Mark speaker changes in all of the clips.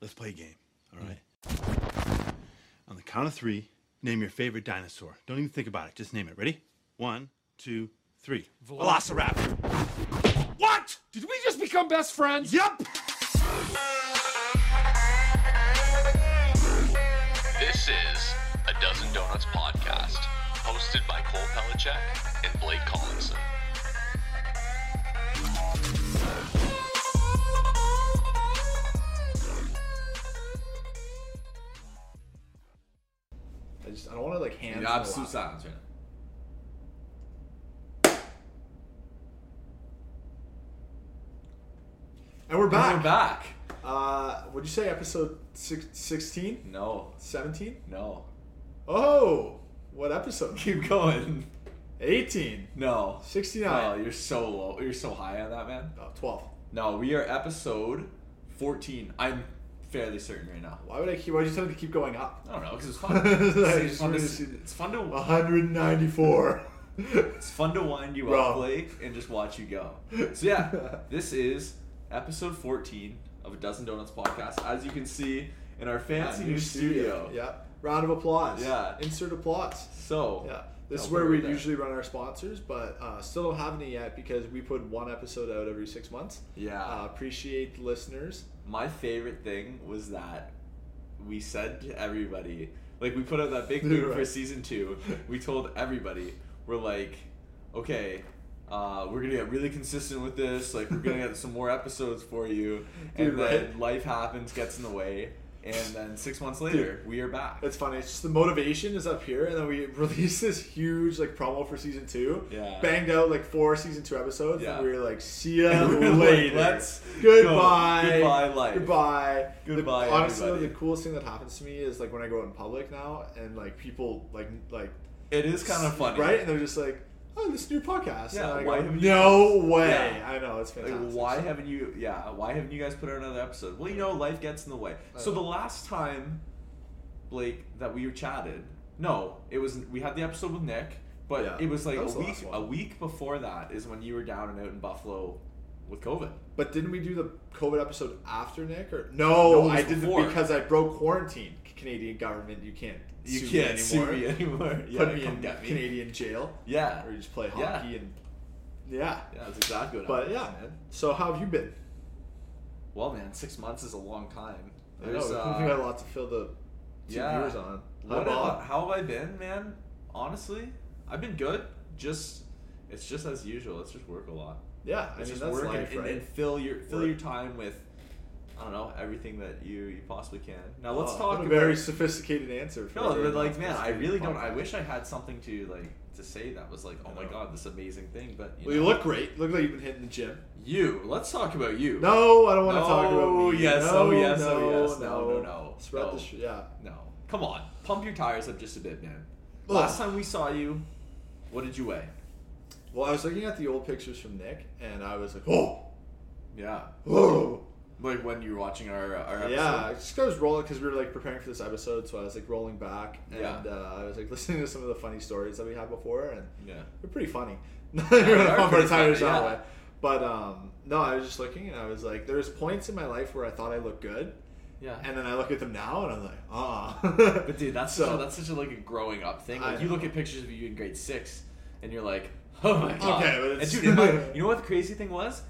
Speaker 1: Let's play a game, all right? On the count of three, name your favorite dinosaur. Don't even think about it. Just name it. Ready? One, two, three. Velociraptor. What?
Speaker 2: Did we just become best friends?
Speaker 1: Yup!
Speaker 3: This is a Dozen Donuts podcast, hosted by Cole Pelichek and Blake Collinson.
Speaker 4: I just I don't want to like hand.
Speaker 5: Dude, absolute silence right now.
Speaker 4: And we're back.
Speaker 5: We're back.
Speaker 4: Uh, would you say episode six, 16?
Speaker 5: No,
Speaker 4: 17?
Speaker 5: no.
Speaker 4: Oh, what episode?
Speaker 5: Keep going.
Speaker 4: 18.
Speaker 5: No.
Speaker 4: 69.
Speaker 5: No, you're so low. You're so high on that, man.
Speaker 4: Oh, 12.
Speaker 5: No, we are episode 14. I'm fairly certain right now.
Speaker 4: Why would I keep? Why would you tell me to keep going up?
Speaker 5: I don't know, because it's fun.
Speaker 4: I just
Speaker 5: it's, fun to,
Speaker 4: wanted to
Speaker 5: s-
Speaker 4: see that.
Speaker 5: it's fun to
Speaker 4: 194.
Speaker 5: it's fun to wind you
Speaker 4: Bro.
Speaker 5: up, Blake, and just watch you go. So yeah, this is episode 14 of a Dozen Donuts podcast. As you can see in our fancy new studio.
Speaker 4: Yeah. Round of applause.
Speaker 5: Yeah.
Speaker 4: Insert applause.
Speaker 5: So
Speaker 4: Yeah. This
Speaker 5: I'll
Speaker 4: is
Speaker 5: put
Speaker 4: where
Speaker 5: it
Speaker 4: we
Speaker 5: right there.
Speaker 4: usually run our sponsors, but uh, still don't have any yet because we put one episode out every six months.
Speaker 5: Yeah.
Speaker 4: Uh, appreciate the listeners.
Speaker 5: My favorite thing was that we said to everybody, like we put out that big
Speaker 4: You're
Speaker 5: move for
Speaker 4: right.
Speaker 5: season two. We told everybody, we're like, okay, uh, we're gonna get really consistent with this. Like we're gonna get some more episodes for you, and
Speaker 4: Dude,
Speaker 5: then
Speaker 4: right?
Speaker 5: life happens, gets in the way, and then six months later, we are back.
Speaker 4: It's funny. It's just the motivation is up here, and then we released this huge like promo for season two.
Speaker 5: Yeah.
Speaker 4: Banged out like four season two episodes.
Speaker 5: Yeah.
Speaker 4: And we were like, see ya
Speaker 5: We were like,
Speaker 4: later.
Speaker 5: "Let's
Speaker 4: goodbye.
Speaker 5: go. Goodbye, life."
Speaker 4: Goodbye. The-
Speaker 5: Goodbye,
Speaker 4: honestly,
Speaker 5: everybody.
Speaker 4: the coolest thing that happens to me is like when I go out in public now, and like people like like
Speaker 5: It is kind of funny,
Speaker 4: right, and they're just like, oh, this new podcast.
Speaker 5: Yeah,
Speaker 4: And I
Speaker 5: why
Speaker 4: go,
Speaker 5: haven't you-
Speaker 4: no way.
Speaker 5: Yeah.
Speaker 4: I know it's
Speaker 5: Like,
Speaker 4: fantastic.
Speaker 5: why haven't you? Yeah, why haven't you guys put out another episode? Well, you know, life gets in the way. So the last time, Blake, that we chatted, no, it was we had the episode with Nick, but
Speaker 4: Yeah,
Speaker 5: it was like
Speaker 4: that was
Speaker 5: a
Speaker 4: the
Speaker 5: week.
Speaker 4: last one.
Speaker 5: A week before that is when you were down and out in Buffalo with COVID.
Speaker 4: But didn't we do the COVID episode after Nick? Or no,
Speaker 5: No, it was
Speaker 4: I did
Speaker 5: before.
Speaker 4: it because I broke quarantine. Canadian government, you can't.
Speaker 5: You
Speaker 4: sue
Speaker 5: can't
Speaker 4: me
Speaker 5: sue
Speaker 4: anymore.
Speaker 5: me anymore. Yeah,
Speaker 4: Put me
Speaker 5: come
Speaker 4: in
Speaker 5: get me.
Speaker 4: Canadian jail,
Speaker 5: Yeah,
Speaker 4: or you just play
Speaker 5: Yeah.
Speaker 4: hockey and yeah.
Speaker 5: yeah, that's exactly what.
Speaker 4: But
Speaker 5: happened,
Speaker 4: yeah,
Speaker 5: man.
Speaker 4: so how have you been?
Speaker 5: Well, man, six months is a long time.
Speaker 4: I know
Speaker 5: There's, uh,
Speaker 4: we got a lot to fill the two
Speaker 5: yeah.
Speaker 4: viewers on. How
Speaker 5: What
Speaker 4: about-
Speaker 5: about- how have I been, man? Honestly, I've been good. Just it's just as usual. It's just work a lot.
Speaker 4: yeah, I
Speaker 5: It's
Speaker 4: mean
Speaker 5: just
Speaker 4: that's
Speaker 5: work
Speaker 4: life,
Speaker 5: and,
Speaker 4: right?
Speaker 5: and fill your fill
Speaker 4: Work.
Speaker 5: your time with I don't know everything that you you possibly can. Now let's
Speaker 4: Oh,
Speaker 5: talk
Speaker 4: what a
Speaker 5: about
Speaker 4: very sophisticated answer. For
Speaker 5: no,
Speaker 4: a
Speaker 5: but like
Speaker 4: not
Speaker 5: man, I
Speaker 4: sophisticated
Speaker 5: really don't. I
Speaker 4: podcast.
Speaker 5: wish I had something to like to say that was like, oh my
Speaker 4: know.
Speaker 5: god, this amazing thing. But you,
Speaker 4: Well, you
Speaker 5: know.
Speaker 4: look great. look like you've been hitting the gym.
Speaker 5: You. Let's talk about you.
Speaker 4: No, I don't want to
Speaker 5: No,
Speaker 4: talk about me.
Speaker 5: yes,
Speaker 4: no,
Speaker 5: oh, yes,
Speaker 4: no,
Speaker 5: oh, yes,
Speaker 4: no,
Speaker 5: no, no, no,
Speaker 4: Spread
Speaker 5: no.
Speaker 4: the sh- yeah.
Speaker 5: no. Come on, pump your tires up just a bit, man.
Speaker 4: Ugh.
Speaker 5: Last time we saw you, what did you weigh?
Speaker 4: Well, I was looking at the old pictures from Nick, and I was like, oh,
Speaker 5: Yeah,
Speaker 4: oh.
Speaker 5: like when you were watching our our episode.
Speaker 4: Yeah, just 'cause I was rolling because we were like preparing for this episode, so I was like rolling back, and
Speaker 5: Yeah.
Speaker 4: uh, I was like listening to some of the funny stories that we had before, and
Speaker 5: Yeah.
Speaker 4: they're pretty funny.
Speaker 5: are
Speaker 4: Pump our
Speaker 5: pretty
Speaker 4: tires
Speaker 5: funny,
Speaker 4: that
Speaker 5: yeah.
Speaker 4: way. But um, no, I was just looking, and I was like, there's points in my life where I thought I looked good,
Speaker 5: Yeah.
Speaker 4: and then I look at them now, and I'm like, ah. Uh.
Speaker 5: But dude, that's
Speaker 4: so
Speaker 5: such a, that's such a like a growing up thing.
Speaker 4: I
Speaker 5: Like you
Speaker 4: know.
Speaker 5: look at pictures of you in grade six, and you're like, oh my god.
Speaker 4: Okay, but it's-
Speaker 5: and dude, in my, you know what the crazy thing was?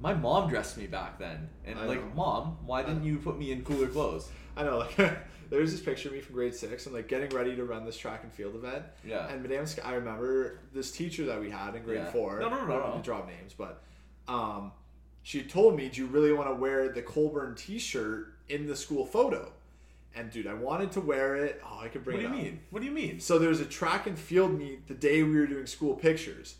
Speaker 5: My mom dressed me back then, and
Speaker 4: I
Speaker 5: like,
Speaker 4: know.
Speaker 5: mom, why didn't you put me in cooler clothes?
Speaker 4: I know, like, there's this picture of me from grade six. I'm like getting ready to run this track and field event.
Speaker 5: Yeah.
Speaker 4: And Madame Sky, I remember this teacher that we had in grade
Speaker 5: Yeah.
Speaker 4: four.
Speaker 5: No, no,
Speaker 4: I
Speaker 5: no,
Speaker 4: don't
Speaker 5: no.
Speaker 4: need to drop names, but um, she told me, Do you really want to wear the Colburn t shirt in the school photo? And dude, I wanted to wear it. Oh, I could bring
Speaker 5: What do you
Speaker 4: it up.
Speaker 5: mean? What do you mean?
Speaker 4: So there was a track and field meet the day we were doing school pictures.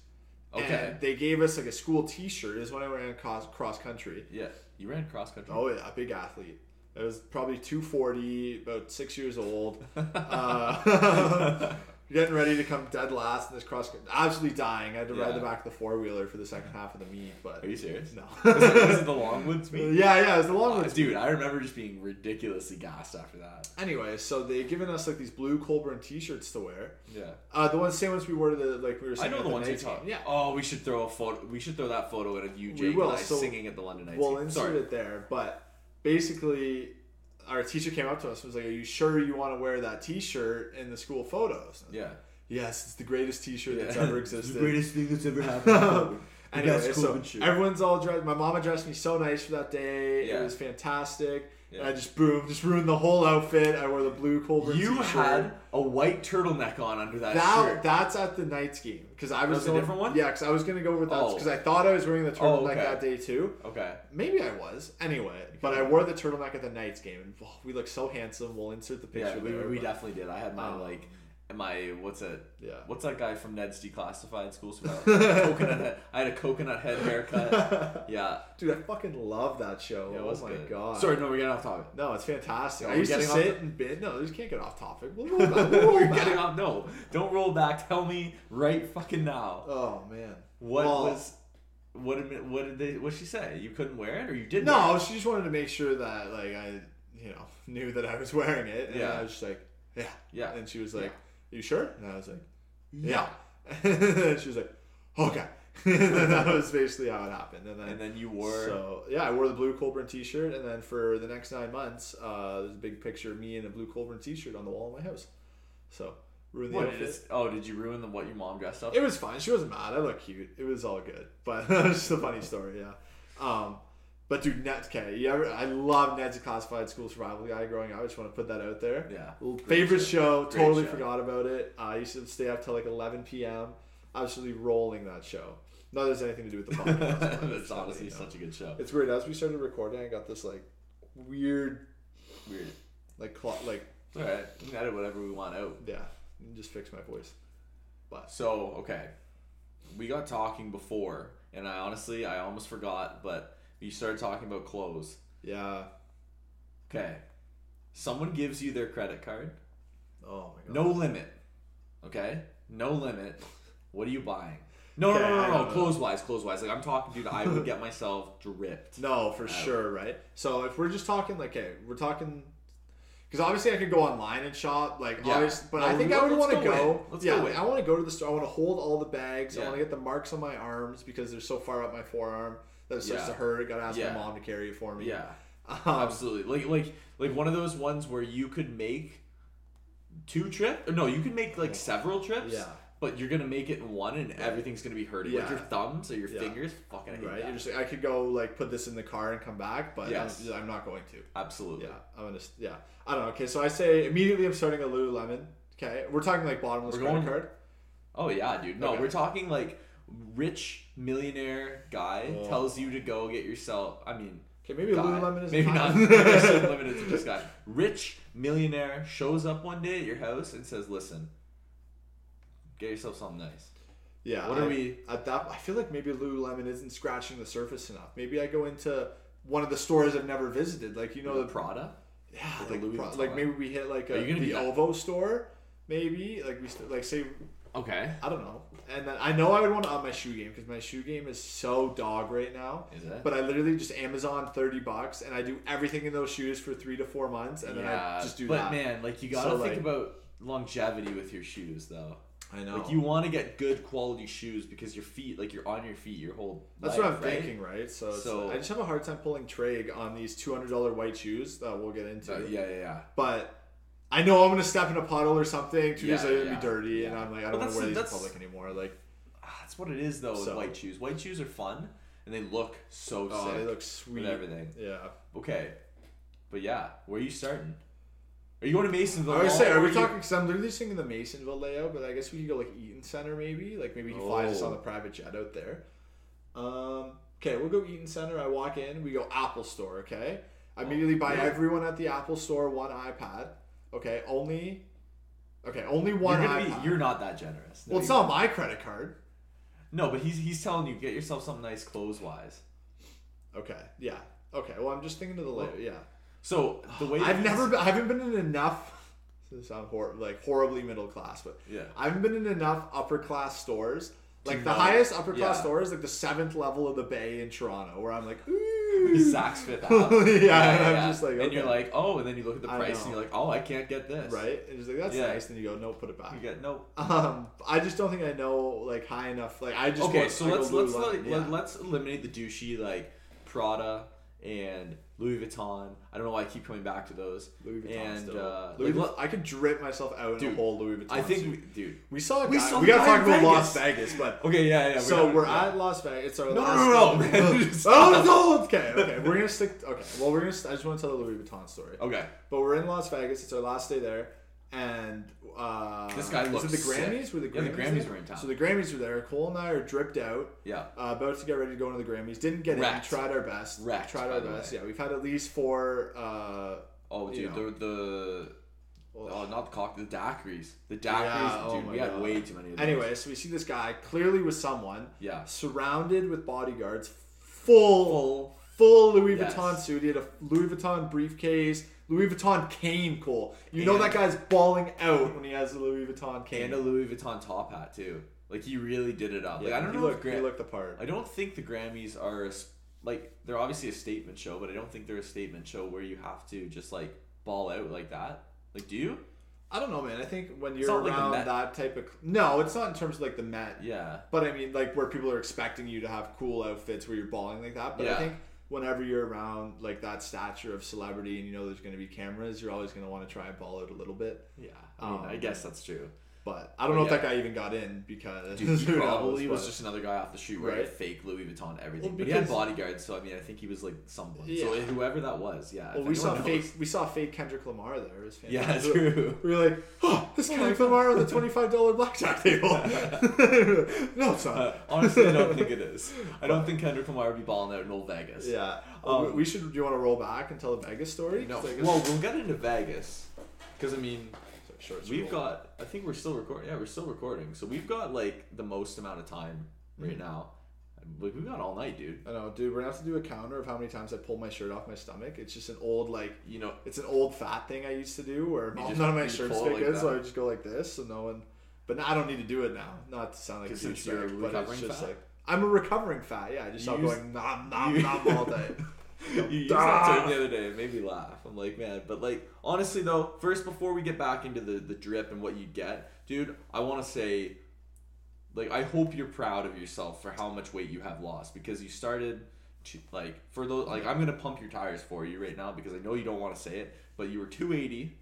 Speaker 5: Okay.
Speaker 4: And they gave us like a school t shirt, is when I ran cross, cross country.
Speaker 5: yeah, you ran cross country.
Speaker 4: Oh yeah, a big athlete. I was probably 240, about six years old. Uh, getting ready to come dead last in this cross country. Absolutely dying. I had to ride
Speaker 5: Yeah.
Speaker 4: the back of the four wheeler for the second half of the meet, but
Speaker 5: Are you serious?
Speaker 4: no.
Speaker 5: was, it, was it the Longwoods meet?
Speaker 4: yeah, yeah, it was the long
Speaker 5: Uh,
Speaker 4: one.
Speaker 5: dude, I remember just being ridiculously gassed after that.
Speaker 4: Anyway, so they given us like these blue Colburn T-shirts to wear.
Speaker 5: Yeah.
Speaker 4: Uh, the ones, same ones we wore to the like we were.
Speaker 5: I
Speaker 4: singing
Speaker 5: know
Speaker 4: at
Speaker 5: the ones you
Speaker 4: Knights
Speaker 5: talk.
Speaker 4: game. Yeah.
Speaker 5: Oh, we should throw a photo. We should throw that photo in of you, Jake,
Speaker 4: will,
Speaker 5: and I
Speaker 4: so
Speaker 5: singing at the London Nights.
Speaker 4: We'll
Speaker 5: game.
Speaker 4: insert
Speaker 5: Sorry.
Speaker 4: it there, but basically, our teacher came up to us and was like, "Are you sure you want to wear that T-shirt in the school photos?" And I was
Speaker 5: Yeah.
Speaker 4: like, Yes, it's the greatest T-shirt that's
Speaker 5: Yeah.
Speaker 4: ever
Speaker 5: It's
Speaker 4: existed.
Speaker 5: The greatest thing that's ever happened. The
Speaker 4: anyway,
Speaker 5: best
Speaker 4: so
Speaker 5: COVID shit.
Speaker 4: everyone's all dressed. My mom dressed me so nice for that day.
Speaker 5: Yeah.
Speaker 4: It was fantastic.
Speaker 5: Yeah.
Speaker 4: And I just boom, just ruined the whole outfit. I wore the blue Colburn
Speaker 5: you
Speaker 4: T-shirt.
Speaker 5: had a white turtleneck on under that,
Speaker 4: that.
Speaker 5: shirt.
Speaker 4: That's at the Knights game because I was
Speaker 5: was a
Speaker 4: going-
Speaker 5: different one?
Speaker 4: Yeah, because I was gonna go with that
Speaker 5: Oh.
Speaker 4: because I thought I was wearing the turtleneck
Speaker 5: Oh, okay.
Speaker 4: that day too.
Speaker 5: okay.
Speaker 4: Maybe I was. Anyway, but I wore the turtleneck at the Knights game, and oh, we look so handsome. We'll insert the picture.
Speaker 5: Yeah, we,
Speaker 4: there,
Speaker 5: we
Speaker 4: but-
Speaker 5: definitely did. I had my
Speaker 4: Um,
Speaker 5: like my what's it?
Speaker 4: Yeah.
Speaker 5: What's that guy from Ned's Declassified School? So I, had a coconut head, I had a coconut head haircut. Yeah.
Speaker 4: Dude, I fucking love that show.
Speaker 5: Yeah, it
Speaker 4: oh
Speaker 5: was
Speaker 4: my
Speaker 5: good.
Speaker 4: god.
Speaker 5: Sorry, no, we're getting off topic.
Speaker 4: No, it's fantastic.
Speaker 5: No,
Speaker 4: I
Speaker 5: we're
Speaker 4: used to
Speaker 5: getting off
Speaker 4: sit
Speaker 5: the-
Speaker 4: and bit. No, we can't get off topic. We'll roll back. We'll roll
Speaker 5: We're
Speaker 4: back.
Speaker 5: getting off. No, don't roll back. Tell me right fucking now.
Speaker 4: Oh man.
Speaker 5: What
Speaker 4: Well,
Speaker 5: was? What did? What did they? What she say? You couldn't wear it, or you did? wear
Speaker 4: No,
Speaker 5: it?
Speaker 4: she just wanted to make sure that like I, you know, knew that I was wearing it. And
Speaker 5: Yeah.
Speaker 4: I was just like, yeah,
Speaker 5: Yeah.
Speaker 4: And she was
Speaker 5: Yeah.
Speaker 4: like, "You sure?" And I was like, "Yeah." and she was like, "Okay." and that was basically how it happened. And then,
Speaker 5: And then you wore.
Speaker 4: So yeah, I wore the blue Colburn T-shirt, and then for the next nine months, uh, there's a big picture of me in a blue Colburn T-shirt on the wall in my house. So ruined the
Speaker 5: what
Speaker 4: outfit.
Speaker 5: is- oh, did you ruin the, what your mom dressed up?
Speaker 4: It was fine. She wasn't mad. I looked cute. It was all good. But it's just a funny story, yeah. Um, but dude, Nets. Okay, you ever? I love Ned's Classified School Survival Guide growing up. I just want to put that out there.
Speaker 5: Yeah.
Speaker 4: L-
Speaker 5: Great
Speaker 4: Favorite show.
Speaker 5: Great
Speaker 4: totally
Speaker 5: show.
Speaker 4: forgot about it. Uh, I used to stay up till like 11 p.m. Absolutely rolling that show. Not that there's anything to do with the podcast. but
Speaker 5: That's
Speaker 4: just how
Speaker 5: honestly
Speaker 4: you know.
Speaker 5: such a good show.
Speaker 4: It's weird. As we started recording, I got this like weird,
Speaker 5: weird.
Speaker 4: like clock, like
Speaker 5: It's all right. We can edit whatever we want out.
Speaker 4: yeah. Just fix my voice.
Speaker 5: So okay, we got talking before, and I honestly I almost forgot, but you started talking about clothes.
Speaker 4: Yeah.
Speaker 5: Okay, someone gives you their credit card,
Speaker 4: Oh my god.
Speaker 5: no limit. Okay, no limit. What are you buying? No, no,
Speaker 4: Okay,
Speaker 5: no,
Speaker 4: I
Speaker 5: no,
Speaker 4: don't
Speaker 5: no.
Speaker 4: know.
Speaker 5: Clothes wise, clothes wise. Like I'm talking, dude. I would get myself dripped.
Speaker 4: No, for sure, right? So if we're just talking, like, okay, we're talking, because obviously I could go online and shop, like,
Speaker 5: Yeah.
Speaker 4: obvious, but
Speaker 5: No,
Speaker 4: I think
Speaker 5: let-
Speaker 4: I would
Speaker 5: let's
Speaker 4: want to
Speaker 5: go
Speaker 4: go.
Speaker 5: in. Let's
Speaker 4: yeah,
Speaker 5: go in.
Speaker 4: I want to go to the store. I want to hold all the bags. I
Speaker 5: Yeah.
Speaker 4: want to get the marks on my arms because they're so far up my forearm that it starts
Speaker 5: Yeah.
Speaker 4: to hurt. Got to ask
Speaker 5: Yeah.
Speaker 4: my mom to carry it for me.
Speaker 5: Yeah,
Speaker 4: Um,
Speaker 5: absolutely. Like like like one of those ones where you could make two trips. No, you could make like several trips.
Speaker 4: Yeah.
Speaker 5: But you're gonna make it in one, and everything's gonna be hurting. Like
Speaker 4: Yeah.
Speaker 5: your thumbs or your
Speaker 4: Yeah.
Speaker 5: fingers. Fucking I hate
Speaker 4: right?
Speaker 5: that.
Speaker 4: You're just like, I could go, like, put this in the car and come back, but
Speaker 5: Yes.
Speaker 4: I'm, I'm not going to.
Speaker 5: Absolutely.
Speaker 4: Yeah, I'm gonna. Yeah, I don't know. Okay, so I say immediately I'm starting a Lululemon. Okay, we're talking like bottomless
Speaker 5: We're
Speaker 4: credit
Speaker 5: going-
Speaker 4: card.
Speaker 5: Oh yeah, dude. No,
Speaker 4: Okay.
Speaker 5: we're talking like rich millionaire guy
Speaker 4: Oh.
Speaker 5: tells you to go get yourself. I mean.
Speaker 4: Okay, maybe
Speaker 5: guy.
Speaker 4: Lululemon is
Speaker 5: maybe
Speaker 4: fine.
Speaker 5: not. Maybe it's limited to this guy. Rich millionaire shows up one day at your house and says, "Listen, get yourself something nice."
Speaker 4: Yeah.
Speaker 5: What are
Speaker 4: I-
Speaker 5: we-
Speaker 4: at that? I feel like maybe Lululemon isn't scratching the surface enough. Maybe I go into one of the stores I've never visited, like you know
Speaker 5: The
Speaker 4: the
Speaker 5: Prada.
Speaker 4: yeah,
Speaker 5: with the
Speaker 4: like,
Speaker 5: Louis
Speaker 4: pro-
Speaker 5: Vuitton.
Speaker 4: like maybe we hit like a,
Speaker 5: you gonna
Speaker 4: the
Speaker 5: do that?
Speaker 4: Ovo store, maybe like we st- like say
Speaker 5: Okay.
Speaker 4: I don't know. And then I know I would want to up my shoe game because my shoe game is so dog right now.
Speaker 5: Is it?
Speaker 4: But I literally just Amazon thirty bucks and I do everything in those shoes for three to four months and then I just do
Speaker 5: but
Speaker 4: that.
Speaker 5: man, like you
Speaker 4: So,
Speaker 5: gotta think
Speaker 4: like-
Speaker 5: about longevity with your shoes, though.
Speaker 4: I know.
Speaker 5: Like you want to get good quality shoes because your feet, like you're on your feet your whole.
Speaker 4: That's
Speaker 5: life,
Speaker 4: what I'm
Speaker 5: right?
Speaker 4: thinking, right? So, it's-
Speaker 5: So-
Speaker 4: I just have a hard time pulling trig on these two hundred dollar white shoes that we'll get into.
Speaker 5: So, Uh, yeah, yeah, yeah.
Speaker 4: But I know I'm gonna step in a puddle or something. Two years
Speaker 5: Yeah,
Speaker 4: later, it'll
Speaker 5: yeah,
Speaker 4: be dirty,
Speaker 5: yeah.
Speaker 4: and I'm like, I
Speaker 5: But
Speaker 4: don't want
Speaker 5: that's-
Speaker 4: to wear these in
Speaker 5: that's-
Speaker 4: public anymore. Like,
Speaker 5: Ah, That's what it is, though. with
Speaker 4: So-
Speaker 5: white shoes. White shoes are fun, and they look so
Speaker 4: oh,
Speaker 5: sick.
Speaker 4: they look sweet.
Speaker 5: with everything.
Speaker 4: Yeah.
Speaker 5: Okay, but yeah, where are you starting? Are you going to Masonville?
Speaker 4: I was
Speaker 5: Mall,
Speaker 4: say,
Speaker 5: or
Speaker 4: are we
Speaker 5: you-
Speaker 4: talking? Because I'm literally thinking the Masonville layout, but I guess we could go like Eaton Center, maybe. Like maybe he flies us
Speaker 5: Oh.
Speaker 4: on the private jet out there. Um. Okay, we'll go Eaton Center. I walk in. We go Apple Store. Okay. I immediately buy
Speaker 5: yeah.
Speaker 4: everyone at the Apple Store one iPad. Okay, only. Okay, only
Speaker 5: You're,
Speaker 4: one
Speaker 5: gonna be-
Speaker 4: iPad.
Speaker 5: you're not that generous. No,
Speaker 4: well, it's
Speaker 5: you-
Speaker 4: not my credit card.
Speaker 5: No, but he's he's telling you get yourself something nice clothes wise.
Speaker 4: Okay. Yeah. Okay. Well, I'm just thinking of the layout. Yeah.
Speaker 5: So the way
Speaker 4: I've
Speaker 5: that-
Speaker 4: never, been, I haven't been in enough. This is sound hor- like horribly middle class, but
Speaker 5: Yeah.
Speaker 4: I haven't been in enough upper class stores. Like the
Speaker 5: know.
Speaker 4: highest upper class
Speaker 5: Yeah.
Speaker 4: store is like the seventh level of the Bay in Toronto, where I'm like, ooh,
Speaker 5: Saks Fifth
Speaker 4: Yeah,
Speaker 5: Ave.
Speaker 4: and I'm just like,
Speaker 5: and you're
Speaker 4: okay.
Speaker 5: like, oh, and then you look at the
Speaker 4: I
Speaker 5: price and
Speaker 4: know.
Speaker 5: you're like, oh, I can't get this.
Speaker 4: right? And it's like that's
Speaker 5: Yeah.
Speaker 4: nice. Then you go, no, put it back.
Speaker 5: You get nope.
Speaker 4: Um, I just don't think I know like high enough. Like I just
Speaker 5: Okay,
Speaker 4: want-
Speaker 5: so
Speaker 4: I go
Speaker 5: let's let's
Speaker 4: Lululemon,
Speaker 5: like,
Speaker 4: yeah.
Speaker 5: let, us eliminate the douchey like Prada and Louis Vuitton. I don't know why I keep coming back to those.
Speaker 4: Louis Vuitton
Speaker 5: and
Speaker 4: still.
Speaker 5: Uh,
Speaker 4: Louis
Speaker 5: like,
Speaker 4: Vu- I could drip myself out in
Speaker 5: Dude,
Speaker 4: a whole Louis Vuitton.
Speaker 5: I think we,
Speaker 4: suit.
Speaker 5: dude.
Speaker 4: we saw a
Speaker 5: we
Speaker 4: guy. We,
Speaker 5: saw a
Speaker 4: gotta
Speaker 5: guy
Speaker 4: talk
Speaker 5: in
Speaker 4: about Las
Speaker 5: Vegas.
Speaker 4: Vegas, but
Speaker 5: Okay, yeah, yeah. we
Speaker 4: so
Speaker 5: haven't-
Speaker 4: we're
Speaker 5: yeah.
Speaker 4: at Las Vegas. It's our
Speaker 5: No,
Speaker 4: last
Speaker 5: no, no, no,
Speaker 4: Ugh.
Speaker 5: man,
Speaker 4: oh
Speaker 5: stop.
Speaker 4: no! Okay, okay. We're gonna stick. Okay, well, we're gonna. st- I just want to tell the Louis Vuitton story.
Speaker 5: Okay.
Speaker 4: But we're in Las Vegas. It's our last day there. And uh,
Speaker 5: This guy
Speaker 4: was
Speaker 5: looks
Speaker 4: it the
Speaker 5: sick.
Speaker 4: Grammys? Were the Grammys
Speaker 5: Yeah, the Grammys
Speaker 4: there?
Speaker 5: were in town.
Speaker 4: So the Grammys were there. Cole and I are dripped out.
Speaker 5: Yeah.
Speaker 4: Uh, about to get ready to go into the Grammys. Didn't get
Speaker 5: Wrecked.
Speaker 4: in. Tried our best.
Speaker 5: Wrecked,
Speaker 4: Tried
Speaker 5: by
Speaker 4: our
Speaker 5: the
Speaker 4: best.
Speaker 5: way.
Speaker 4: Yeah, we've had at least four. Uh,
Speaker 5: Oh, dude,
Speaker 4: you know.
Speaker 5: the the oh, not the cock, the daiquiris, the daiquiris,
Speaker 4: Yeah, oh
Speaker 5: dude.
Speaker 4: my
Speaker 5: we had
Speaker 4: God.
Speaker 5: way too many. of those.
Speaker 4: Anyway, so we see this guy clearly with someone.
Speaker 5: Yeah.
Speaker 4: Surrounded with bodyguards, full, full, Louis
Speaker 5: Yes.
Speaker 4: Vuitton suit. He had a Louis Vuitton briefcase, Louis Vuitton cane. Cole, you know
Speaker 5: And-
Speaker 4: that guy's bawling out when he has a Louis Vuitton cane.
Speaker 5: and a Louis Vuitton top hat too. Like he really did it up. like I don't
Speaker 4: he
Speaker 5: know
Speaker 4: looked,
Speaker 5: if Gra-
Speaker 4: he looked the part.
Speaker 5: I don't think the Grammys are a s like they're obviously a statement show, but I don't think they're a statement show where you have to just like ball out like that. Like, do you?
Speaker 4: I don't know, man. I think when you're
Speaker 5: not like the
Speaker 4: around
Speaker 5: Met.
Speaker 4: that type of no, it's not in terms of like the Met.
Speaker 5: Yeah.
Speaker 4: But I mean, like where people are expecting you to have cool outfits where you're balling like that. But
Speaker 5: Yeah.
Speaker 4: I think whenever you're around like that stature of celebrity and you know there's going to be cameras, you're always going to want to try and ball out a little bit.
Speaker 5: Yeah. I mean,
Speaker 4: Um,
Speaker 5: I guess that's true.
Speaker 4: But I don't know
Speaker 5: Yeah.
Speaker 4: if that guy even got in because
Speaker 5: Dude, he
Speaker 4: who knows,
Speaker 5: probably was
Speaker 4: but-
Speaker 5: just another guy off the street wearing
Speaker 4: Right.
Speaker 5: fake Louis Vuitton everything.
Speaker 4: Well,
Speaker 5: but he had
Speaker 4: because-
Speaker 5: bodyguards, so I mean, I think he was like someone. So
Speaker 4: Yeah.
Speaker 5: whoever that was, yeah.
Speaker 4: Well,
Speaker 5: if
Speaker 4: we saw
Speaker 5: anyone knows-
Speaker 4: fake. We saw fake Kendrick Lamar there. It was
Speaker 5: Yeah,
Speaker 4: fantastic.
Speaker 5: true.
Speaker 4: We were like, oh, this Kendrick Lamar on the twenty-five dollar blackjack table. no, it's not.
Speaker 5: Uh, honestly, I don't think it is. I don't think Kendrick Lamar would be balling out in old Vegas.
Speaker 4: Yeah.
Speaker 5: Um,
Speaker 4: we we should. Do you want to roll back and tell the Vegas story?
Speaker 5: No.
Speaker 4: 'Cause I guess-
Speaker 5: Well, we'll get into Vegas because I mean,
Speaker 4: Sure, it's
Speaker 5: we've
Speaker 4: roll.
Speaker 5: got. I think we're still recording. Yeah, we're still recording. So we've got like the most amount of time
Speaker 4: Mm.
Speaker 5: right now. Like we've got all night, dude.
Speaker 4: I know, dude. We're gonna have to do a counter of how many times I pulled my shirt off my stomach. It's just an old like.
Speaker 5: You know,
Speaker 4: It's an old fat thing I used to do where
Speaker 5: just-
Speaker 4: none of my
Speaker 5: you
Speaker 4: shirts
Speaker 5: pull
Speaker 4: fit
Speaker 5: it like
Speaker 4: good, so
Speaker 5: that.
Speaker 4: I would just go like this, so no one. But now, I don't need to do it now. Not to sound like a
Speaker 5: 'Cause
Speaker 4: douchebag,
Speaker 5: since you're a
Speaker 4: but
Speaker 5: recovering
Speaker 4: it's just
Speaker 5: fat?
Speaker 4: like I'm a recovering fat. Yeah, I just
Speaker 5: You
Speaker 4: stop
Speaker 5: use-
Speaker 4: going nom nom
Speaker 5: you-
Speaker 4: nom all day.
Speaker 5: you used that term
Speaker 4: Ah.
Speaker 5: the other day. It made me laugh. I'm like, man. But like, honestly though, first before we get back into the the drip and what you get, dude, I want to say, like, I hope you're proud of yourself for how much weight you have lost because you started. To, like for those, like I'm gonna pump your tires for you right now because I know you don't want to say it, but you were 280,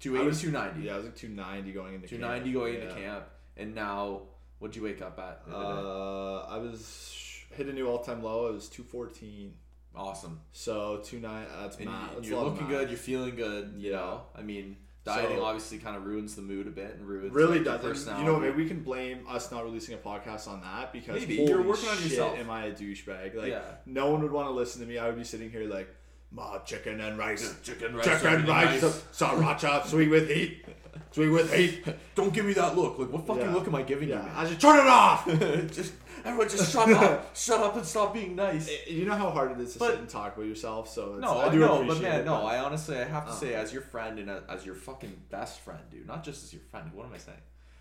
Speaker 5: 280,
Speaker 4: I was-
Speaker 5: 290,
Speaker 4: Yeah, I was like 290 going into
Speaker 5: 290
Speaker 4: camp.
Speaker 5: going
Speaker 4: Yeah.
Speaker 5: into camp, and now what'd you wake up at? the other day?
Speaker 4: Uh, I was hit a new all time low. It was 214.
Speaker 5: awesome.
Speaker 4: So two nine. That's
Speaker 5: and
Speaker 4: math.
Speaker 5: you-
Speaker 4: That's a
Speaker 5: you're
Speaker 4: lot of
Speaker 5: looking
Speaker 4: math.
Speaker 5: good, you're feeling good. You
Speaker 4: Yeah.
Speaker 5: know, I mean, dieting
Speaker 4: So-
Speaker 5: obviously kind of ruins the mood a bit and ruins
Speaker 4: really
Speaker 5: like, your
Speaker 4: doesn't.
Speaker 5: personality.
Speaker 4: You know, maybe we can blame us not releasing a podcast on that because
Speaker 5: Maybe.
Speaker 4: holy
Speaker 5: You're working on
Speaker 4: shit,
Speaker 5: yourself.
Speaker 4: Am I a douchebag? Like
Speaker 5: Yeah.
Speaker 4: no one would want to listen to me. I would be sitting here like, ma chicken and rice,
Speaker 5: chicken rice,
Speaker 4: chicken
Speaker 5: everything
Speaker 4: rice,
Speaker 5: rice."
Speaker 4: sriracha, sweet with heat, sweet with heat.
Speaker 5: don't give me that look. Like, what fucking
Speaker 4: Yeah.
Speaker 5: look am I giving
Speaker 4: Yeah, I should turn it off. Eh,
Speaker 5: you, man? just everyone, just shut up, shut up, and stop being nice.
Speaker 4: eh, you know how hard it is to
Speaker 5: But-
Speaker 4: sit and talk about yourself. So it's,
Speaker 5: no,
Speaker 4: I
Speaker 5: I
Speaker 4: do
Speaker 5: know,
Speaker 4: appreciate
Speaker 5: but man,
Speaker 4: it, Oh.
Speaker 5: no, I honestly, I have to say, as your friend and as, as your fucking best friend, dude, not just as your friend. What am I saying?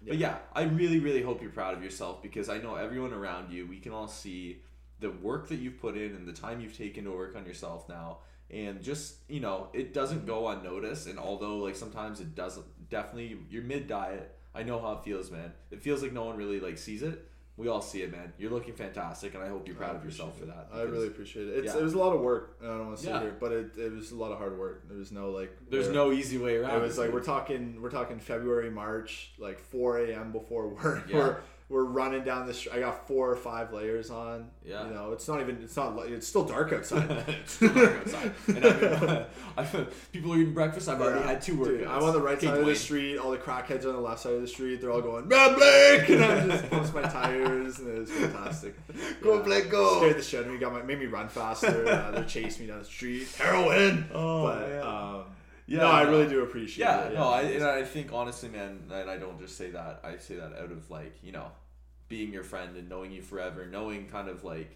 Speaker 5: But yeah, I really, really hope you're proud of yourself because I know everyone around you. We can all see the work that you've put in and the time you've taken to work on yourself now, and just you know, it doesn't go unnoticed. And although like sometimes it doesn't, definitely you're mid diet. I know how it feels, man. It feels like no one really like sees it. We all see it, man. You're looking fantastic, and I hope you're proud of yourself for that.
Speaker 4: I
Speaker 5: because-
Speaker 4: really appreciate it. It's,
Speaker 5: Yeah.
Speaker 4: It was a lot of work, and I don't want to sit
Speaker 5: Yeah.
Speaker 4: here, but it, it was a lot of hard work. There was no like.
Speaker 5: There's
Speaker 4: we're-
Speaker 5: no easy way around.
Speaker 4: It was like
Speaker 5: dude.
Speaker 4: we're talking we're talking February March like 4 a.m. before work.
Speaker 5: Yeah.
Speaker 4: We're we're running down the street. I got four or five layers on.
Speaker 5: Yeah.
Speaker 4: You know, it's not even it's not li- it's still dark outside.
Speaker 5: It's still dark outside. And I'm, I'm, people are eating breakfast. I've already had two workouts.
Speaker 4: Dude, I'm on the right
Speaker 5: Keep
Speaker 4: side of the
Speaker 5: going.
Speaker 4: street. All the crackheads are on the left side of the street. They're all going, "Man, Blake!" And I just punched my tires, and it was fantastic.
Speaker 5: Go, Blake, go.
Speaker 4: Scared the shit out of me. Got my made me run faster. Uh, they chased me down the street. Heroin.
Speaker 5: Oh,
Speaker 4: but,
Speaker 5: man.
Speaker 4: Um,
Speaker 5: Yeah,
Speaker 4: no, I
Speaker 5: no.
Speaker 4: really do appreciate
Speaker 5: Yeah,
Speaker 4: it.
Speaker 5: no, I, and I think honestly, man, and I don't just say that. I say that out of like you know, being your friend and knowing you forever, knowing kind of like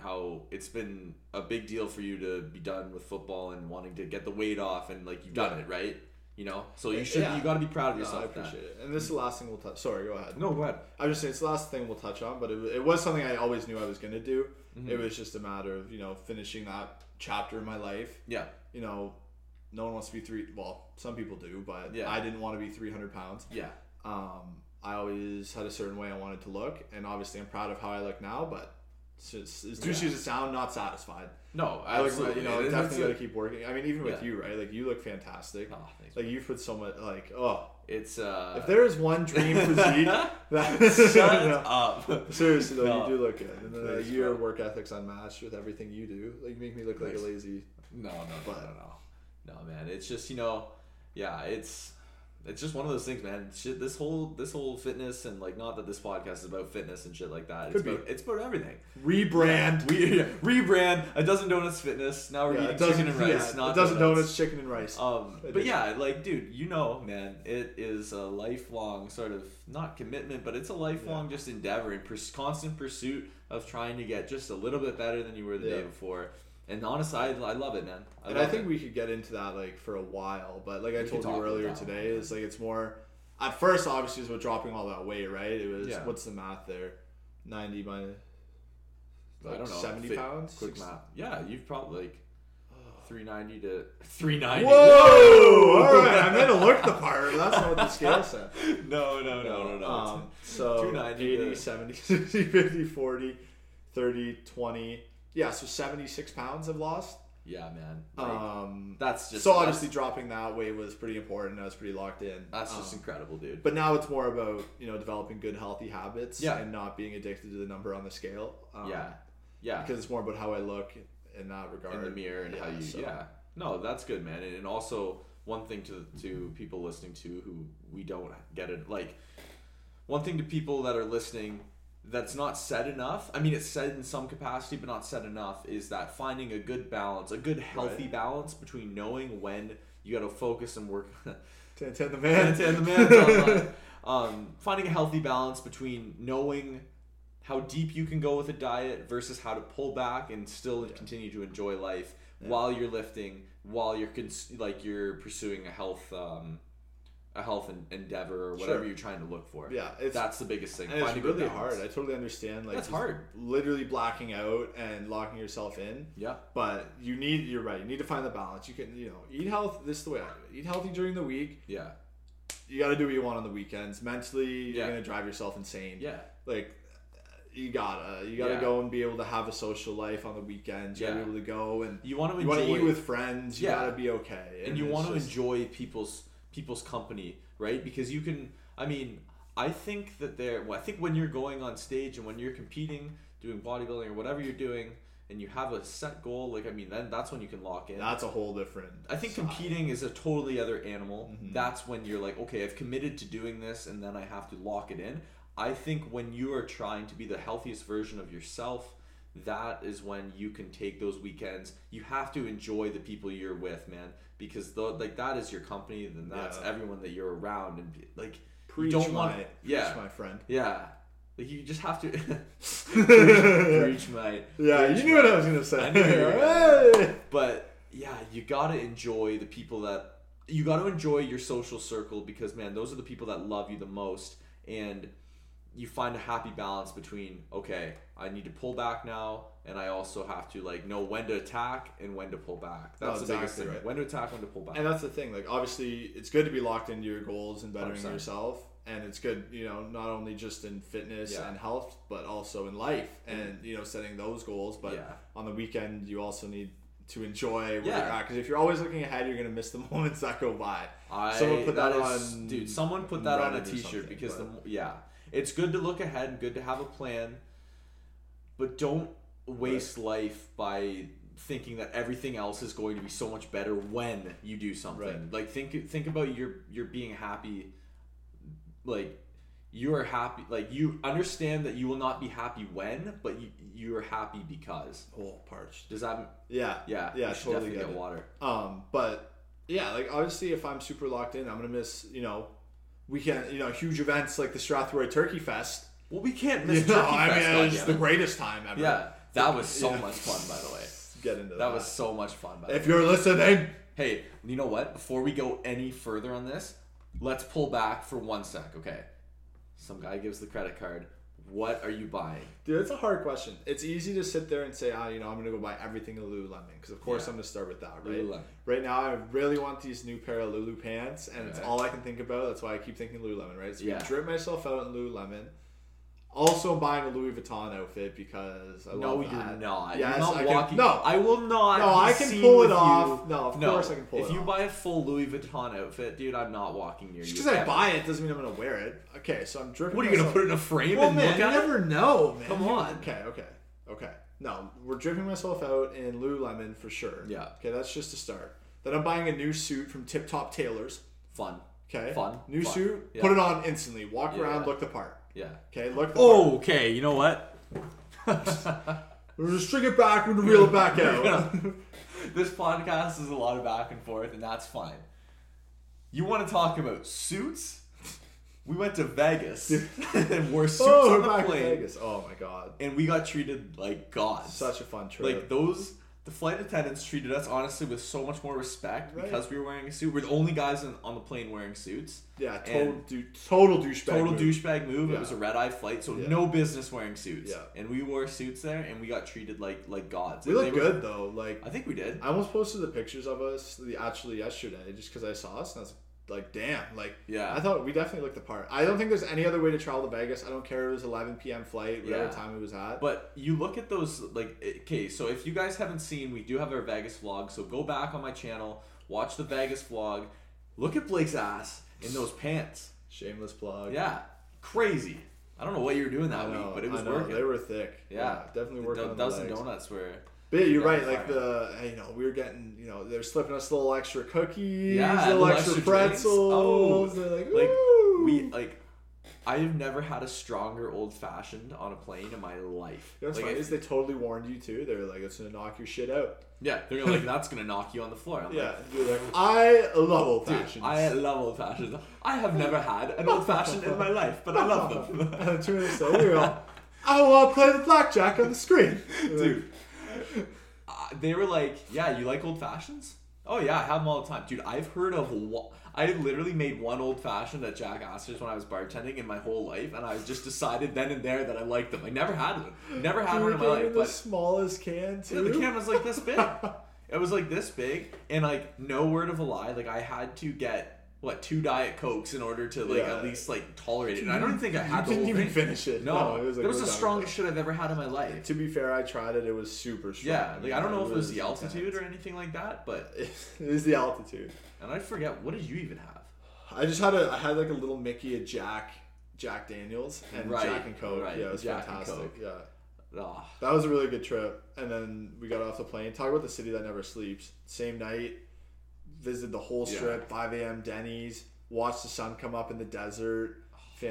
Speaker 5: how it's been a big deal for you to be done with football and wanting to get the weight off, and like you've done it, right? You know, so you should,
Speaker 4: Yeah.
Speaker 5: you got to be proud of
Speaker 4: No,
Speaker 5: yourself.
Speaker 4: I
Speaker 5: for that.
Speaker 4: appreciate it. And this is the last thing we'll touch. Sorry, go ahead.
Speaker 5: No, go ahead.
Speaker 4: I was just saying it's the last thing we'll touch on, but it, wa- it was something I always knew I was going to do. It
Speaker 5: Mm-hmm.
Speaker 4: was just a matter of, you know, finishing that chapter in my life.
Speaker 5: Yeah,
Speaker 4: You know, no one wants to be three, well, some people do, but
Speaker 5: Yeah.
Speaker 4: I didn't want to be 300 pounds.
Speaker 5: yeah,
Speaker 4: Um, I always had a certain way I wanted to look, and obviously I'm proud of how I look now, but It's just, it's two shoes of sound, not satisfied.
Speaker 5: No,
Speaker 4: I look,
Speaker 5: absolutely.
Speaker 4: you know,
Speaker 5: And
Speaker 4: definitely gotta
Speaker 5: it's,
Speaker 4: keep working. I mean, even with
Speaker 5: Yeah.
Speaker 4: you, right? Like you look fantastic.
Speaker 5: Aw, thanks,
Speaker 4: like you put so much. Like oh,
Speaker 5: it's uh.
Speaker 4: if there is one dream physique, that
Speaker 5: Shut
Speaker 4: No.
Speaker 5: up.
Speaker 4: Seriously though,
Speaker 5: No.
Speaker 4: you do look good. And uh,
Speaker 5: Please,
Speaker 4: your
Speaker 5: bro.
Speaker 4: work ethic's unmatched with everything you do. Like you make me look like
Speaker 5: Nice.
Speaker 4: a lazy.
Speaker 5: No, no, no,
Speaker 4: But-
Speaker 5: no, no, no, man. It's just you know, yeah. It's it's just one of those things, man. Shit, this whole this whole fitness and like not that this podcast is about fitness and shit like that.
Speaker 4: Could
Speaker 5: it's
Speaker 4: be.
Speaker 5: about it's about everything.
Speaker 4: Rebrand.
Speaker 5: We yeah, rebrand a dozen donuts fitness. Now we're
Speaker 4: Yeah,
Speaker 5: eating
Speaker 4: it doesn't,
Speaker 5: chicken and rice.
Speaker 4: yeah,
Speaker 5: not
Speaker 4: it doesn't
Speaker 5: donuts.
Speaker 4: donuts, chicken and rice.
Speaker 5: Um,
Speaker 4: It
Speaker 5: but
Speaker 4: is.
Speaker 5: yeah, like dude, you know, man, it is a lifelong sort of not commitment, but it's a lifelong just endeavor and pers- constant pursuit of trying to get just a little bit better than you were the day
Speaker 4: Yeah.
Speaker 5: before. And honestly, I, I love it, man.
Speaker 4: and I
Speaker 5: love
Speaker 4: think
Speaker 5: it.
Speaker 4: we could get into that like for a while, but like I
Speaker 5: We could
Speaker 4: told
Speaker 5: talk
Speaker 4: you
Speaker 5: about
Speaker 4: earlier
Speaker 5: that one,
Speaker 4: today,
Speaker 5: yeah.
Speaker 4: is like it's more. At first, obviously, is what dropping all that weight, right? It was
Speaker 5: Yeah.
Speaker 4: what's the math there? Ninety by like
Speaker 5: I don't know.
Speaker 4: seventy
Speaker 5: fit-
Speaker 4: pounds.
Speaker 5: Quick
Speaker 4: Six-
Speaker 5: math. Yeah, you've probably like 390 to 390.
Speaker 4: Whoa! all right, I meant to look the part. That's not what the scale said.
Speaker 5: No, no, no, no, no. uh,
Speaker 4: Um, so
Speaker 5: 290 to-
Speaker 4: 80, 70, 60, 50, 40, 30, 20. Yeah, so 76 pounds I've lost.
Speaker 5: yeah, man. Like,
Speaker 4: Um,
Speaker 5: that's just
Speaker 4: so
Speaker 5: that's-
Speaker 4: obviously dropping that weight was pretty important. I was pretty locked in.
Speaker 5: That's
Speaker 4: Um,
Speaker 5: just incredible, dude.
Speaker 4: But now it's more about, you know, developing good healthy habits
Speaker 5: Yeah.
Speaker 4: and not being addicted to the number on the scale. Um,
Speaker 5: yeah, yeah.
Speaker 4: Because it's more about how I look in that regard.
Speaker 5: in the mirror and how
Speaker 4: Yeah,
Speaker 5: you
Speaker 4: so-
Speaker 5: yeah no that's good man and, and also one thing to to people listening to who we don't get it like one thing to people that are listening that's not said enough i mean it's said in some capacity but not said enough is that finding a good balance a good healthy
Speaker 4: Right.
Speaker 5: balance between knowing when you got to focus and work
Speaker 4: Ten, ten the
Speaker 5: and,
Speaker 4: man.
Speaker 5: and the man's online. Um, finding a healthy balance between knowing how deep you can go with a diet versus how to pull back and still continue to enjoy life while you're lifting, while you're cons- like you're pursuing a health um, a health en- endeavor or whatever
Speaker 4: Sure.
Speaker 5: you're trying to look for.
Speaker 4: Yeah, it's-
Speaker 5: that's the biggest thing.
Speaker 4: And it's
Speaker 5: Find a good
Speaker 4: really
Speaker 5: balance.
Speaker 4: hard. I totally understand. Like
Speaker 5: That's
Speaker 4: just
Speaker 5: hard.
Speaker 4: Literally blacking out and locking yourself in.
Speaker 5: Yeah.
Speaker 4: But you need. You're right. You need to find the balance. You can. You know, eat health. This is the way. I do it. Eat healthy during the week.
Speaker 5: yeah,
Speaker 4: You got to do what you want on the weekends. Mentally, you're
Speaker 5: Yeah.
Speaker 4: gonna drive yourself insane.
Speaker 5: yeah,
Speaker 4: Like. You gotta, you gotta
Speaker 5: Yeah.
Speaker 4: go and be able to have a social life on the weekends. You
Speaker 5: Yeah.
Speaker 4: gotta be able to go and
Speaker 5: You wanna
Speaker 4: you wanna eat
Speaker 5: enjoy-
Speaker 4: with friends. You
Speaker 5: Yeah.
Speaker 4: gotta be okay,
Speaker 5: and you
Speaker 4: it's
Speaker 5: want to
Speaker 4: just-
Speaker 5: enjoy people's people's company, right? Because you can. I mean, I think that there. Well, I think when you're going on stage and when you're competing, doing bodybuilding or whatever you're doing, and you have a set goal, like I mean, then that's when you can lock in.
Speaker 4: That's a whole different.
Speaker 5: I think competing is a totally other animal.
Speaker 4: Mm-hmm.
Speaker 5: That's when you're like, okay, I've committed to doing this, and then I have to lock it in. I think when you are trying to be the healthiest version of yourself, that is when you can take those weekends. You have to enjoy the people you're with, man, because the, like that is your company, then that's
Speaker 4: Yeah.
Speaker 5: everyone that you're around, and be- like
Speaker 4: Preach
Speaker 5: you don't
Speaker 4: my,
Speaker 5: want,
Speaker 4: preach
Speaker 5: yeah,
Speaker 4: my friend.
Speaker 5: yeah. Like you just have to preach, preach my,
Speaker 4: Yeah,
Speaker 5: preach
Speaker 4: you knew what I was gonna say.
Speaker 5: I knew you were
Speaker 4: Hey!
Speaker 5: but yeah, you gotta enjoy the people that you gotta enjoy your social circle because man, those are the people that love you the most, and you find a happy balance between okay, I need to pull back now, and I also have to like know when to attack and when to pull back.
Speaker 4: No,
Speaker 5: That's the biggest
Speaker 4: exactly
Speaker 5: thing.
Speaker 4: right.
Speaker 5: When to attack, when to pull back.
Speaker 4: And that's the thing. Like, obviously, it's good to be locked into your goals and bettering
Speaker 5: 100%.
Speaker 4: yourself. And it's good, you know, not only just in fitness
Speaker 5: Yeah.
Speaker 4: and health, but also in life and, you know, setting those goals. But
Speaker 5: Yeah.
Speaker 4: on the weekend, you also need to enjoy where
Speaker 5: Yeah.
Speaker 4: you're at. Because if you're always looking ahead, you're going to miss the moments that go by.
Speaker 5: I,
Speaker 4: Someone put that,
Speaker 5: is-
Speaker 4: on.
Speaker 5: dude. Someone put that on a
Speaker 4: Reddit or
Speaker 5: T-shirt
Speaker 4: something,
Speaker 5: because the
Speaker 4: but-
Speaker 5: the yeah, it's good to look ahead and good to have a plan, but don't waste life by thinking that everything else is going to be so much better when you do something.
Speaker 4: Right.
Speaker 5: Like think think about your your being happy, like. You are happy, like you understand that you will not be happy when, but you you are happy because.
Speaker 4: Oh, parched.
Speaker 5: Does that?
Speaker 4: Yeah.
Speaker 5: Yeah,
Speaker 4: Yeah,
Speaker 5: You should
Speaker 4: totally
Speaker 5: definitely
Speaker 4: get
Speaker 5: get
Speaker 4: it.
Speaker 5: water.
Speaker 4: Um, but yeah, like obviously, if I'm super locked in, I'm gonna miss you know weekend you know huge events like the Strathroy Turkey Fest.
Speaker 5: Well, we can't
Speaker 4: You
Speaker 5: miss
Speaker 4: know,
Speaker 5: Turkey
Speaker 4: I
Speaker 5: Fest,
Speaker 4: mean, it's
Speaker 5: goddammit.
Speaker 4: the greatest time ever.
Speaker 5: Yeah, that was so
Speaker 4: Yeah.
Speaker 5: much fun, by the way.
Speaker 4: Get into that.
Speaker 5: That was so much fun, by the way.
Speaker 4: If you're listening,
Speaker 5: Hey, you know what? Before we go any further on this, let's pull back for one sec, okay? Some guy gives the credit card. What are you buying?
Speaker 4: dude, it's a hard question. It's easy to sit there and say, ah, you know, I'm gonna go buy everything in Lululemon because of course
Speaker 5: Yeah.
Speaker 4: I'm gonna start with that, right?
Speaker 5: Lululemon.
Speaker 4: Right now, I really want these new pair of Lulu pants, and it's
Speaker 5: Okay.
Speaker 4: all I can think about. That's why I keep thinking Lululemon, right? So
Speaker 5: Yeah.
Speaker 4: I drip myself out in Lululemon. Also, I'm buying a Louis Vuitton outfit because I
Speaker 5: No,
Speaker 4: love
Speaker 5: you're
Speaker 4: that.
Speaker 5: not.
Speaker 4: Yes,
Speaker 5: you're not
Speaker 4: I
Speaker 5: walking.
Speaker 4: Can, no,
Speaker 5: I will not.
Speaker 4: No,
Speaker 5: be
Speaker 4: I can
Speaker 5: seen
Speaker 4: pull it
Speaker 5: with you.
Speaker 4: off. No, of course I can pull
Speaker 5: if
Speaker 4: it
Speaker 5: you
Speaker 4: off.
Speaker 5: buy a full Louis Vuitton outfit, dude, I'm not walking near
Speaker 4: just
Speaker 5: you.
Speaker 4: because I
Speaker 5: ever.
Speaker 4: buy it doesn't mean I'm gonna wear it. Okay, so I'm dripping.
Speaker 5: What are you gonna
Speaker 4: myself-
Speaker 5: put it in a frame
Speaker 4: Well,
Speaker 5: and
Speaker 4: man,
Speaker 5: look
Speaker 4: you
Speaker 5: at it?
Speaker 4: never know, man.
Speaker 5: Come on.
Speaker 4: Okay, okay, okay. No, we're dripping myself out in Lululemon for sure.
Speaker 5: Yeah.
Speaker 4: Okay, that's just a start. Then I'm buying a new suit from Tip Top Tailors.
Speaker 5: Fun.
Speaker 4: Okay.
Speaker 5: Fun.
Speaker 4: New
Speaker 5: Fun.
Speaker 4: suit.
Speaker 5: Yeah.
Speaker 4: Put it on instantly. Walk
Speaker 5: Yeah.
Speaker 4: around. Look the part.
Speaker 5: Yeah.
Speaker 4: Okay. Look. The
Speaker 5: Oh, okay. You know what?
Speaker 4: Part. Just string it back. We're gonna reel it back out.
Speaker 5: This podcast is a lot of back and forth, and that's fine. You want to talk about suits? We went to Vegas and wore suits
Speaker 4: oh,
Speaker 5: on
Speaker 4: we're
Speaker 5: the
Speaker 4: back in
Speaker 5: plane,
Speaker 4: Vegas. Oh my god.
Speaker 5: and we got treated like gods.
Speaker 4: Such a fun trip.
Speaker 5: like those the flight attendants treated us honestly with so much more respect
Speaker 4: Right.
Speaker 5: because we were wearing a suit we're the only guys on, on the plane wearing suits
Speaker 4: yeah. Total,
Speaker 5: and
Speaker 4: du- total douchebag.
Speaker 5: total
Speaker 4: move.
Speaker 5: douchebag move
Speaker 4: Yeah.
Speaker 5: it was a red-eye flight so
Speaker 4: Yeah.
Speaker 5: no business wearing suits
Speaker 4: Yeah.
Speaker 5: and we wore suits there and we got treated like like gods
Speaker 4: We
Speaker 5: And
Speaker 4: look
Speaker 5: they were-
Speaker 4: good though. Like
Speaker 5: i think we did
Speaker 4: I almost posted the pictures of us the, actually yesterday just because I saw us and I was like, damn, like
Speaker 5: Yeah.
Speaker 4: I thought we definitely looked the part. I don't think there's any other way to travel to Vegas. I don't care if it was 11 p.m. flight, whatever
Speaker 5: Yeah.
Speaker 4: time it was at.
Speaker 5: But you look at those like eh, okay, so if you guys haven't seen, we do have our Vegas vlog, so go back on my channel, watch the Vegas vlog, look at Blake's ass in those pants.
Speaker 4: Shameless plug.
Speaker 5: Yeah, crazy. I don't know what you were doing that
Speaker 4: I know,
Speaker 5: week, but it was
Speaker 4: I know,
Speaker 5: working.
Speaker 4: They were thick.
Speaker 5: yeah.
Speaker 4: definitely
Speaker 5: The
Speaker 4: working.
Speaker 5: do-
Speaker 4: on the
Speaker 5: dozen
Speaker 4: legs.
Speaker 5: donuts were.
Speaker 4: But yeah, you're
Speaker 5: Yeah,
Speaker 4: right. Like
Speaker 5: fire.
Speaker 4: the you know we were getting you know they're slipping us little extra cookies,
Speaker 5: Yeah,
Speaker 4: little,
Speaker 5: little
Speaker 4: extra,
Speaker 5: extra drinks. Oh,
Speaker 4: pretzels. They're like,
Speaker 5: like,
Speaker 4: Ooh.
Speaker 5: We like. I have never had a stronger old fashioned on a plane in my life.
Speaker 4: You know what's
Speaker 5: Like,
Speaker 4: funny
Speaker 5: I-
Speaker 4: is they totally warned you too. They were like, it's gonna knock your shit out.
Speaker 5: yeah, they're gonna, like that's gonna knock you on the floor. I'm
Speaker 4: Yeah, you're like, I love old
Speaker 5: like,
Speaker 4: fashions.
Speaker 5: dude, I love old fashions. I have never had an old fashioned in my life, but I love
Speaker 4: Oh.
Speaker 5: them.
Speaker 4: and two minutes later, you're all, I want to play the blackjack on the screen.
Speaker 5: dude. Uh, they were like, "Yeah, you like old fashions? Oh yeah, I have them all the time, dude. I've heard of one. I literally made one old fashioned at Jack Astor's when I was bartending in my whole life, and I just decided then and there that I liked them. I never had one, never had
Speaker 4: You
Speaker 5: one
Speaker 4: were
Speaker 5: in my
Speaker 4: getting
Speaker 5: life,
Speaker 4: the
Speaker 5: but
Speaker 4: smallest can
Speaker 5: yeah,
Speaker 4: too.
Speaker 5: the can was like this big. it was like this big, and like no word of a lie, like I had to get what two diet cokes in order to like
Speaker 4: Yeah.
Speaker 5: at least like tolerate it. And I don't think I had. the
Speaker 4: didn't
Speaker 5: whole
Speaker 4: even
Speaker 5: thing.
Speaker 4: finish it.
Speaker 5: No,
Speaker 4: No, it was, like, we're
Speaker 5: that was the
Speaker 4: done with
Speaker 5: strongest
Speaker 4: it.
Speaker 5: shit I've ever had in my life.
Speaker 4: To be fair, I tried it. It was super strong.
Speaker 5: Yeah, like I don't know if it was the altitude
Speaker 4: intense.
Speaker 5: or anything like that, but
Speaker 4: it was the altitude.
Speaker 5: and I forget what did you even have?
Speaker 4: I just had a I had like a little Mickey a Jack Jack Daniels and
Speaker 5: Right,
Speaker 4: Jack and Coke.
Speaker 5: right,
Speaker 4: Yeah, it was
Speaker 5: Jack and
Speaker 4: fantastic.
Speaker 5: Coke.
Speaker 4: Yeah.
Speaker 5: Oh,
Speaker 4: That was a really good trip. And then we got off the plane. Talk about the city that never sleeps. Same night, visited the whole
Speaker 5: Yeah.
Speaker 4: strip, 5 a.m. Denny's, watched the sun come up in the desert.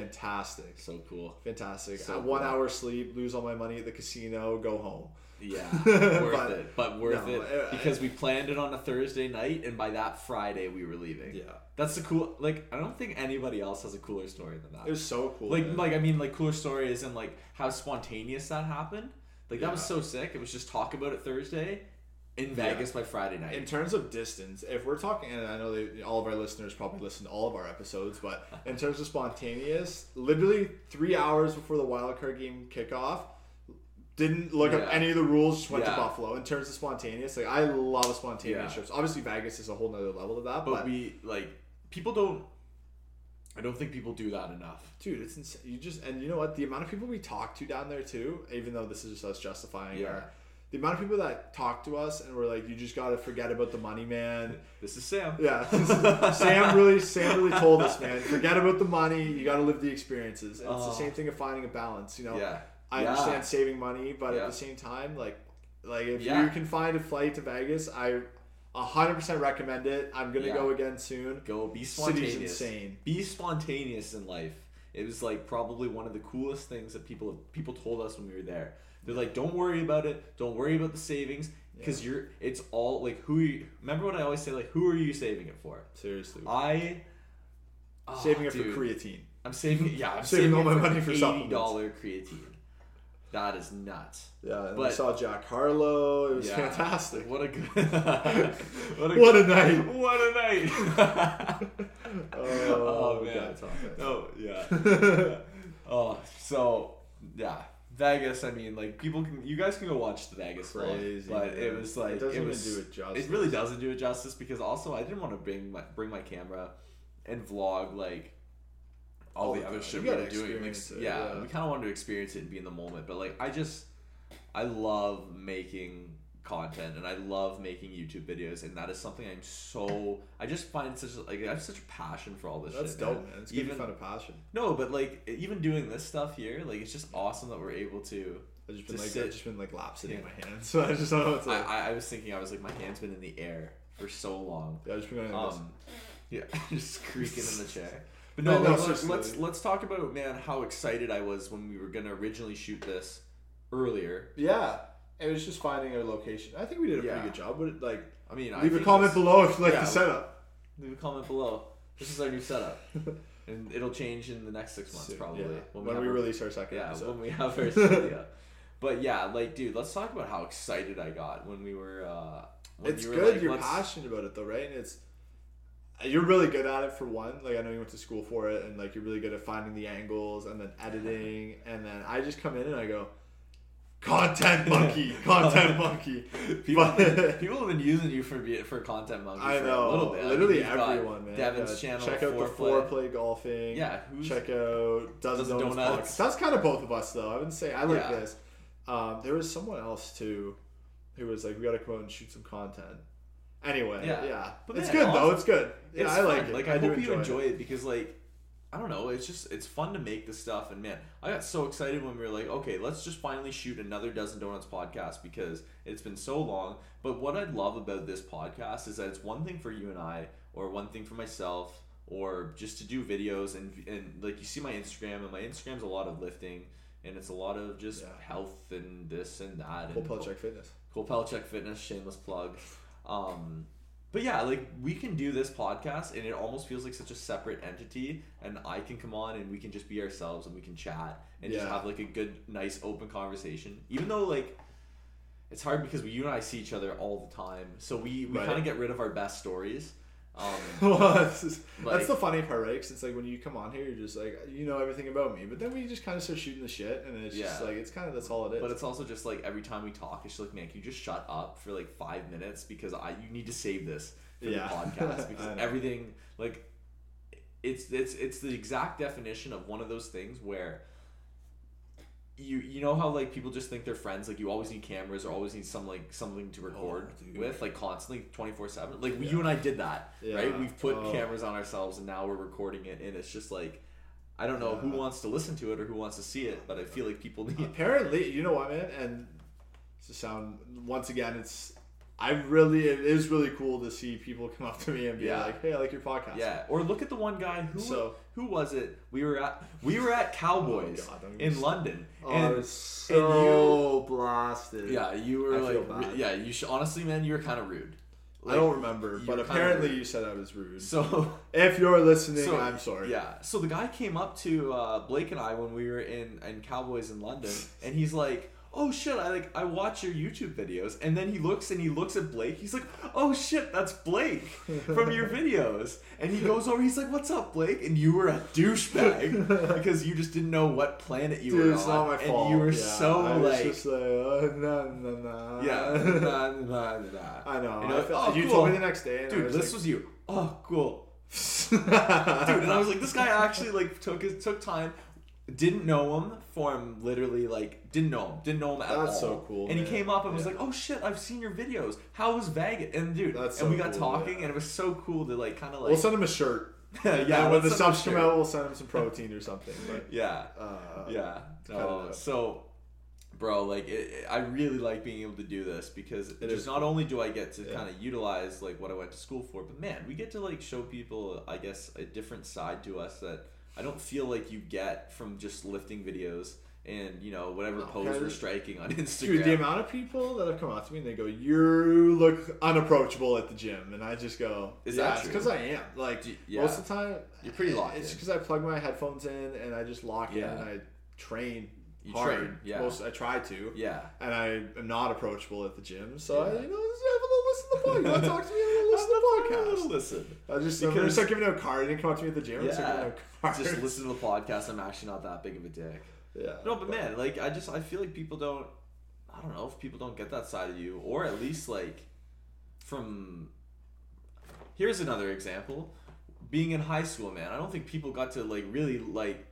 Speaker 4: Fantastic.
Speaker 5: so cool.
Speaker 4: Fantastic.
Speaker 5: So
Speaker 4: Uh, One
Speaker 5: cool.
Speaker 4: hour sleep, lose all my money at the casino, go home.
Speaker 5: Yeah, worth
Speaker 4: But-
Speaker 5: it, but worth
Speaker 4: no,
Speaker 5: it
Speaker 4: I-
Speaker 5: because we planned it on a Thursday night, and by that Friday we were leaving.
Speaker 4: Yeah.
Speaker 5: that's the cool. Like I don't think anybody else has a cooler story than that.
Speaker 4: It was so cool.
Speaker 5: like
Speaker 4: man.
Speaker 5: like I mean like cooler story is in like how spontaneous that happened. Like that was
Speaker 4: Yeah.
Speaker 5: so sick. It was just talk about it Thursday in Vegas by Friday night.
Speaker 4: in terms of distance, if we're talking, and I know they, all of our listeners probably listen to all of our episodes, but in terms of spontaneous, literally three hours before the wild card game kickoff, didn't look
Speaker 5: Yeah.
Speaker 4: up any of the rules, just went
Speaker 5: Yeah.
Speaker 4: to Buffalo. In terms of spontaneous, like I love spontaneous
Speaker 5: Yeah.
Speaker 4: trips. Obviously, Vegas is a whole nother level to that,
Speaker 5: but,
Speaker 4: but,
Speaker 5: we like people don't. I don't think people do that enough.
Speaker 4: dude, it's insane. You just and you know what? The amount of people we talk to down there too, even though this is just us justifying,
Speaker 5: Yeah.
Speaker 4: our- the amount of people that talk to us and we're like, you just gotta forget about the money, man.
Speaker 5: This is Sam.
Speaker 4: Yeah, Sam really, Sam really told us, man. Forget about the money. You got to live the experiences. And it's
Speaker 5: Oh.
Speaker 4: the same thing of finding a balance. You know,
Speaker 5: Yeah.
Speaker 4: I
Speaker 5: Yeah.
Speaker 4: understand saving money, but
Speaker 5: Yeah.
Speaker 4: at the same time, like, like if
Speaker 5: Yeah.
Speaker 4: you can find a flight to Vegas, I, hundred percent recommend it. I'm gonna
Speaker 5: Yeah.
Speaker 4: go again soon.
Speaker 5: Go be
Speaker 4: City's
Speaker 5: spontaneous.
Speaker 4: insane.
Speaker 5: Be spontaneous in life. It was like probably one of the coolest things that people people told us when we were there. They're like, don't worry about it. Don't worry about the savings because you're. It's all like who. You, remember what I always say? Like who are you saving it for?
Speaker 4: Seriously,
Speaker 5: I. Ah,
Speaker 4: saving it
Speaker 5: dude.
Speaker 4: for creatine.
Speaker 5: I'm saving. it- Yeah, I'm
Speaker 4: Saving
Speaker 5: saving,
Speaker 4: all my
Speaker 5: it for
Speaker 4: money for
Speaker 5: eighty
Speaker 4: supplements.
Speaker 5: dollar creatine. That is nuts.
Speaker 4: Yeah, and
Speaker 5: But-
Speaker 4: we saw Jack Harlow. It was
Speaker 5: Yeah.
Speaker 4: fantastic.
Speaker 5: What a good. what,
Speaker 4: What a
Speaker 5: good-
Speaker 4: night.
Speaker 5: What a night.
Speaker 4: Oh,
Speaker 5: oh man.
Speaker 4: good topic.
Speaker 5: Oh yeah. oh, so yeah. Vegas, I mean, like people can, you guys can go watch the Vegas vlog,
Speaker 4: Crazy,
Speaker 5: but it
Speaker 4: man.
Speaker 5: was like
Speaker 4: It doesn't even
Speaker 5: was-
Speaker 4: do it justice.
Speaker 5: It really doesn't do it justice because also I didn't want to bring my bring my camera and vlog like all,
Speaker 4: All
Speaker 5: the
Speaker 4: the
Speaker 5: other
Speaker 4: time.
Speaker 5: shit
Speaker 4: You
Speaker 5: we
Speaker 4: gotta
Speaker 5: were doing. Like,
Speaker 4: experience it,
Speaker 5: yeah,
Speaker 4: yeah.
Speaker 5: we kind of wanted to experience it and be in the moment, but like I just I love making content and I love making YouTube videos, and that is something I'm so I just find such like I have such a passion for all this.
Speaker 4: That's
Speaker 5: shit,
Speaker 4: dope, man. It's good to
Speaker 5: Even-
Speaker 4: find a passion.
Speaker 5: no, but like even doing this stuff here, like it's just awesome that we're able to.
Speaker 4: I've just
Speaker 5: to
Speaker 4: been like
Speaker 5: sit-
Speaker 4: I've just been like lapsing in
Speaker 5: Yeah.
Speaker 4: my hands, so I just don't know what to.
Speaker 5: I,
Speaker 4: Like.
Speaker 5: I, I was thinking, I was like, my hand's been in the air for so long.
Speaker 4: yeah, I've just been going like this.
Speaker 5: Um, yeah, just creaking in the chair. But
Speaker 4: No,
Speaker 5: no,
Speaker 4: no,
Speaker 5: let's- let's,
Speaker 4: seriously.
Speaker 5: let's let's talk about man how excited I was when we were gonna originally shoot this earlier.
Speaker 4: Yeah, it was just finding a location. I think we did a
Speaker 5: Yeah.
Speaker 4: pretty good job. But it, like,
Speaker 5: I mean, I
Speaker 4: leave a
Speaker 5: think
Speaker 4: comment
Speaker 5: this-
Speaker 4: below if you like
Speaker 5: yeah.
Speaker 4: the setup.
Speaker 5: Leave a comment below. This is our new setup, and it'll change in the next six months
Speaker 4: Soon,
Speaker 5: probably
Speaker 4: yeah. When,
Speaker 5: when we have
Speaker 4: we,
Speaker 5: our-
Speaker 4: release our second
Speaker 5: Yeah,
Speaker 4: episode.
Speaker 5: when we have our studio. But yeah, like dude, let's talk about how excited I got when we were. Uh, when
Speaker 4: it's
Speaker 5: you were
Speaker 4: good.
Speaker 5: like,
Speaker 4: you're
Speaker 5: let's-
Speaker 4: passionate about it though, right? And it's you're really good at it for one. Like I know you went to school for it, and like you're really good at finding the angles and then editing. And then I just come in and I go, content monkey, content monkey.
Speaker 5: People, have been,
Speaker 4: But-
Speaker 5: people have been using you for be- for content monkey
Speaker 4: I
Speaker 5: for
Speaker 4: know,
Speaker 5: a little bit. I mean,
Speaker 4: literally
Speaker 5: you've got
Speaker 4: everyone, man.
Speaker 5: Devin's
Speaker 4: Yeah,
Speaker 5: channel.
Speaker 4: Check out the foreplay golfing.
Speaker 5: Yeah, who's-
Speaker 4: check out dozen,
Speaker 5: Dozen
Speaker 4: donuts.
Speaker 5: Donuts.
Speaker 4: podcast. That's kind of both of us though. I wouldn't say I like
Speaker 5: Yeah.
Speaker 4: this. Um, there was someone else too, who was like, "We got to come out and shoot some content." Anyway,
Speaker 5: Yeah.
Speaker 4: yeah,
Speaker 5: But
Speaker 4: it's
Speaker 5: man,
Speaker 4: good though.
Speaker 5: honest-
Speaker 4: It's good. Yeah,
Speaker 5: It's
Speaker 4: I like
Speaker 5: fun.
Speaker 4: it.
Speaker 5: Like I,
Speaker 4: do
Speaker 5: hope you
Speaker 4: it.
Speaker 5: enjoy it. because like I don't know, it's just it's fun to make this stuff and man, I got so excited when we were like, okay, let's just finally shoot another Dozen Donuts podcast because it's been so long. But what I love about this podcast is that it's one thing for you and I or one thing for myself or just to do videos and and like you see my Instagram and my Instagram's a lot of lifting and it's a lot of just
Speaker 4: Yeah.
Speaker 5: health and this and that
Speaker 4: We'll
Speaker 5: and
Speaker 4: Pelchek Fitness.
Speaker 5: Cool pal check fitness, shameless plug. Um, but yeah, like we can do this podcast and it almost feels like such a separate entity and I can come on and we can just be ourselves and we can chat and just
Speaker 4: Yeah.
Speaker 5: have like a good, nice open conversation. Even though like it's hard because we, you and I see each other all the time. So we, we
Speaker 4: Right.
Speaker 5: kind of get rid of our best stories. Um,
Speaker 4: Well, this is-
Speaker 5: Like-
Speaker 4: that's the funny part, right? 'Cause it's like when you come on here, you're just like, you know everything about me, but then we just kind of start shooting the shit, and it's just
Speaker 5: Yeah.
Speaker 4: like it's kind of that's all it is.
Speaker 5: But it's also just like every time we talk, it's just like, man, can you just shut up for like five minutes because I you need to save this for
Speaker 4: Yeah.
Speaker 5: the podcast
Speaker 4: I
Speaker 5: because
Speaker 4: know.
Speaker 5: everything like it's it's it's the exact definition of one of those things where you you know how like people just think they're friends like you always need cameras or always need some like something to record
Speaker 4: Oh, dude.
Speaker 5: with like constantly 24/7 like you and I did that right
Speaker 4: Yeah.
Speaker 5: we've put
Speaker 4: Oh.
Speaker 5: cameras on ourselves and now we're recording it and it's just like I don't know who
Speaker 4: Yeah.
Speaker 5: wants to listen to it or who wants to see it but I feel like people need
Speaker 4: Apparently, you know what, man, and to sound once again, it's I really it is really cool to see people come up to me and be
Speaker 5: Yeah.
Speaker 4: like, "Hey, I like your podcast."
Speaker 5: Yeah, or look at the one guy who
Speaker 4: So-
Speaker 5: who was it? We were at we were at Cowboys
Speaker 4: Oh, God, I'm
Speaker 5: in
Speaker 4: just-
Speaker 5: London,
Speaker 4: Oh, I
Speaker 5: and
Speaker 4: was so blasted.
Speaker 5: yeah, you were
Speaker 4: I
Speaker 5: like
Speaker 4: feel bad.
Speaker 5: yeah, you sh- honestly, man, you were kind of rude.
Speaker 4: I don't remember,
Speaker 5: you
Speaker 4: but
Speaker 5: kinda
Speaker 4: apparently
Speaker 5: were.
Speaker 4: you said I was rude.
Speaker 5: So
Speaker 4: if you're listening,
Speaker 5: so
Speaker 4: I'm sorry.
Speaker 5: Yeah, so the guy came up to uh, Blake and I when we were in in Cowboys in London, and he's like. Oh shit! I like I watch your YouTube videos, and then he looks and he looks at Blake. He's like, "Oh shit, that's Blake from your videos." And he goes over. He's like, "What's up, Blake?" And you were a douchebag because you just didn't know what planet you
Speaker 4: Dude,
Speaker 5: were
Speaker 4: it's
Speaker 5: on,
Speaker 4: not my fault.
Speaker 5: and you were
Speaker 4: Yeah,
Speaker 5: so
Speaker 4: I was
Speaker 5: like,
Speaker 4: just like, oh, nah, nah, nah.
Speaker 5: yeah, nah, nah, nah.
Speaker 4: I know.
Speaker 5: You, know,
Speaker 4: I felt,
Speaker 5: "Oh,
Speaker 4: you
Speaker 5: cool."
Speaker 4: told me the next day, and I
Speaker 5: dude.
Speaker 4: was
Speaker 5: this
Speaker 4: like,
Speaker 5: was you. Oh, cool.
Speaker 4: dude,
Speaker 5: dude. And I was like, this guy actually like took his took time, didn't know him from literally like didn't know him, didn't know him at all.
Speaker 4: That's so cool,
Speaker 5: And he
Speaker 4: man.
Speaker 5: came up and was
Speaker 4: Yeah.
Speaker 5: like, oh shit, I've seen your videos. How was Vegas? And dude,
Speaker 4: That's
Speaker 5: and
Speaker 4: so
Speaker 5: we got
Speaker 4: cool,
Speaker 5: talking,
Speaker 4: yeah.
Speaker 5: and it was so cool to like kind of like
Speaker 4: we'll send him a shirt.
Speaker 5: yeah.
Speaker 4: And when
Speaker 5: let's
Speaker 4: the
Speaker 5: send him a
Speaker 4: subs come
Speaker 5: shirt.
Speaker 4: out, we'll send him some protein or something. But
Speaker 5: yeah,
Speaker 4: Uh,
Speaker 5: yeah.
Speaker 4: cut it
Speaker 5: No,
Speaker 4: out.
Speaker 5: so. Bro, like it, it- I really like being able to do this because it just
Speaker 4: is
Speaker 5: not only do I get to
Speaker 4: Yeah.
Speaker 5: kind of utilize like what I went to school for, but man, we get to like show people, I guess, a different side to us that I don't feel like you get from just lifting videos and you know whatever
Speaker 4: No,
Speaker 5: pose we're
Speaker 4: kinda-
Speaker 5: striking on Instagram.
Speaker 4: Oh, Dude, the amount of people that have come up to me and they go, "You look unapproachable at the gym," and I just go,
Speaker 5: Is
Speaker 4: "Yeah,
Speaker 5: that
Speaker 4: it's
Speaker 5: true?
Speaker 4: because I am." Like
Speaker 5: Do- yeah.
Speaker 4: most of the time,
Speaker 5: You're pretty locked
Speaker 4: It's
Speaker 5: in.
Speaker 4: because I plug my headphones in and I just lock
Speaker 5: Yeah.
Speaker 4: in and I train
Speaker 5: You
Speaker 4: hard.
Speaker 5: train, yeah.
Speaker 4: Most I try to.
Speaker 5: yeah,
Speaker 4: And I am not approachable at the gym, so
Speaker 5: Yeah.
Speaker 4: I, you know, just have a little listen to the podcast. You want to talk to me? Have a little listen to the podcast.
Speaker 5: listen.
Speaker 4: I just
Speaker 5: Because-
Speaker 4: because start giving out a card. They didn't come up to me at the gym. I start giving
Speaker 5: Yeah,
Speaker 4: out cards.
Speaker 5: just listen to the podcast. I'm actually not that big of a dick.
Speaker 4: Yeah.
Speaker 5: No, but man, like I just I feel like people don't I don't know if people don't get that side of you or at least like from Here's another example. being in high school, man, I don't think people got to like really like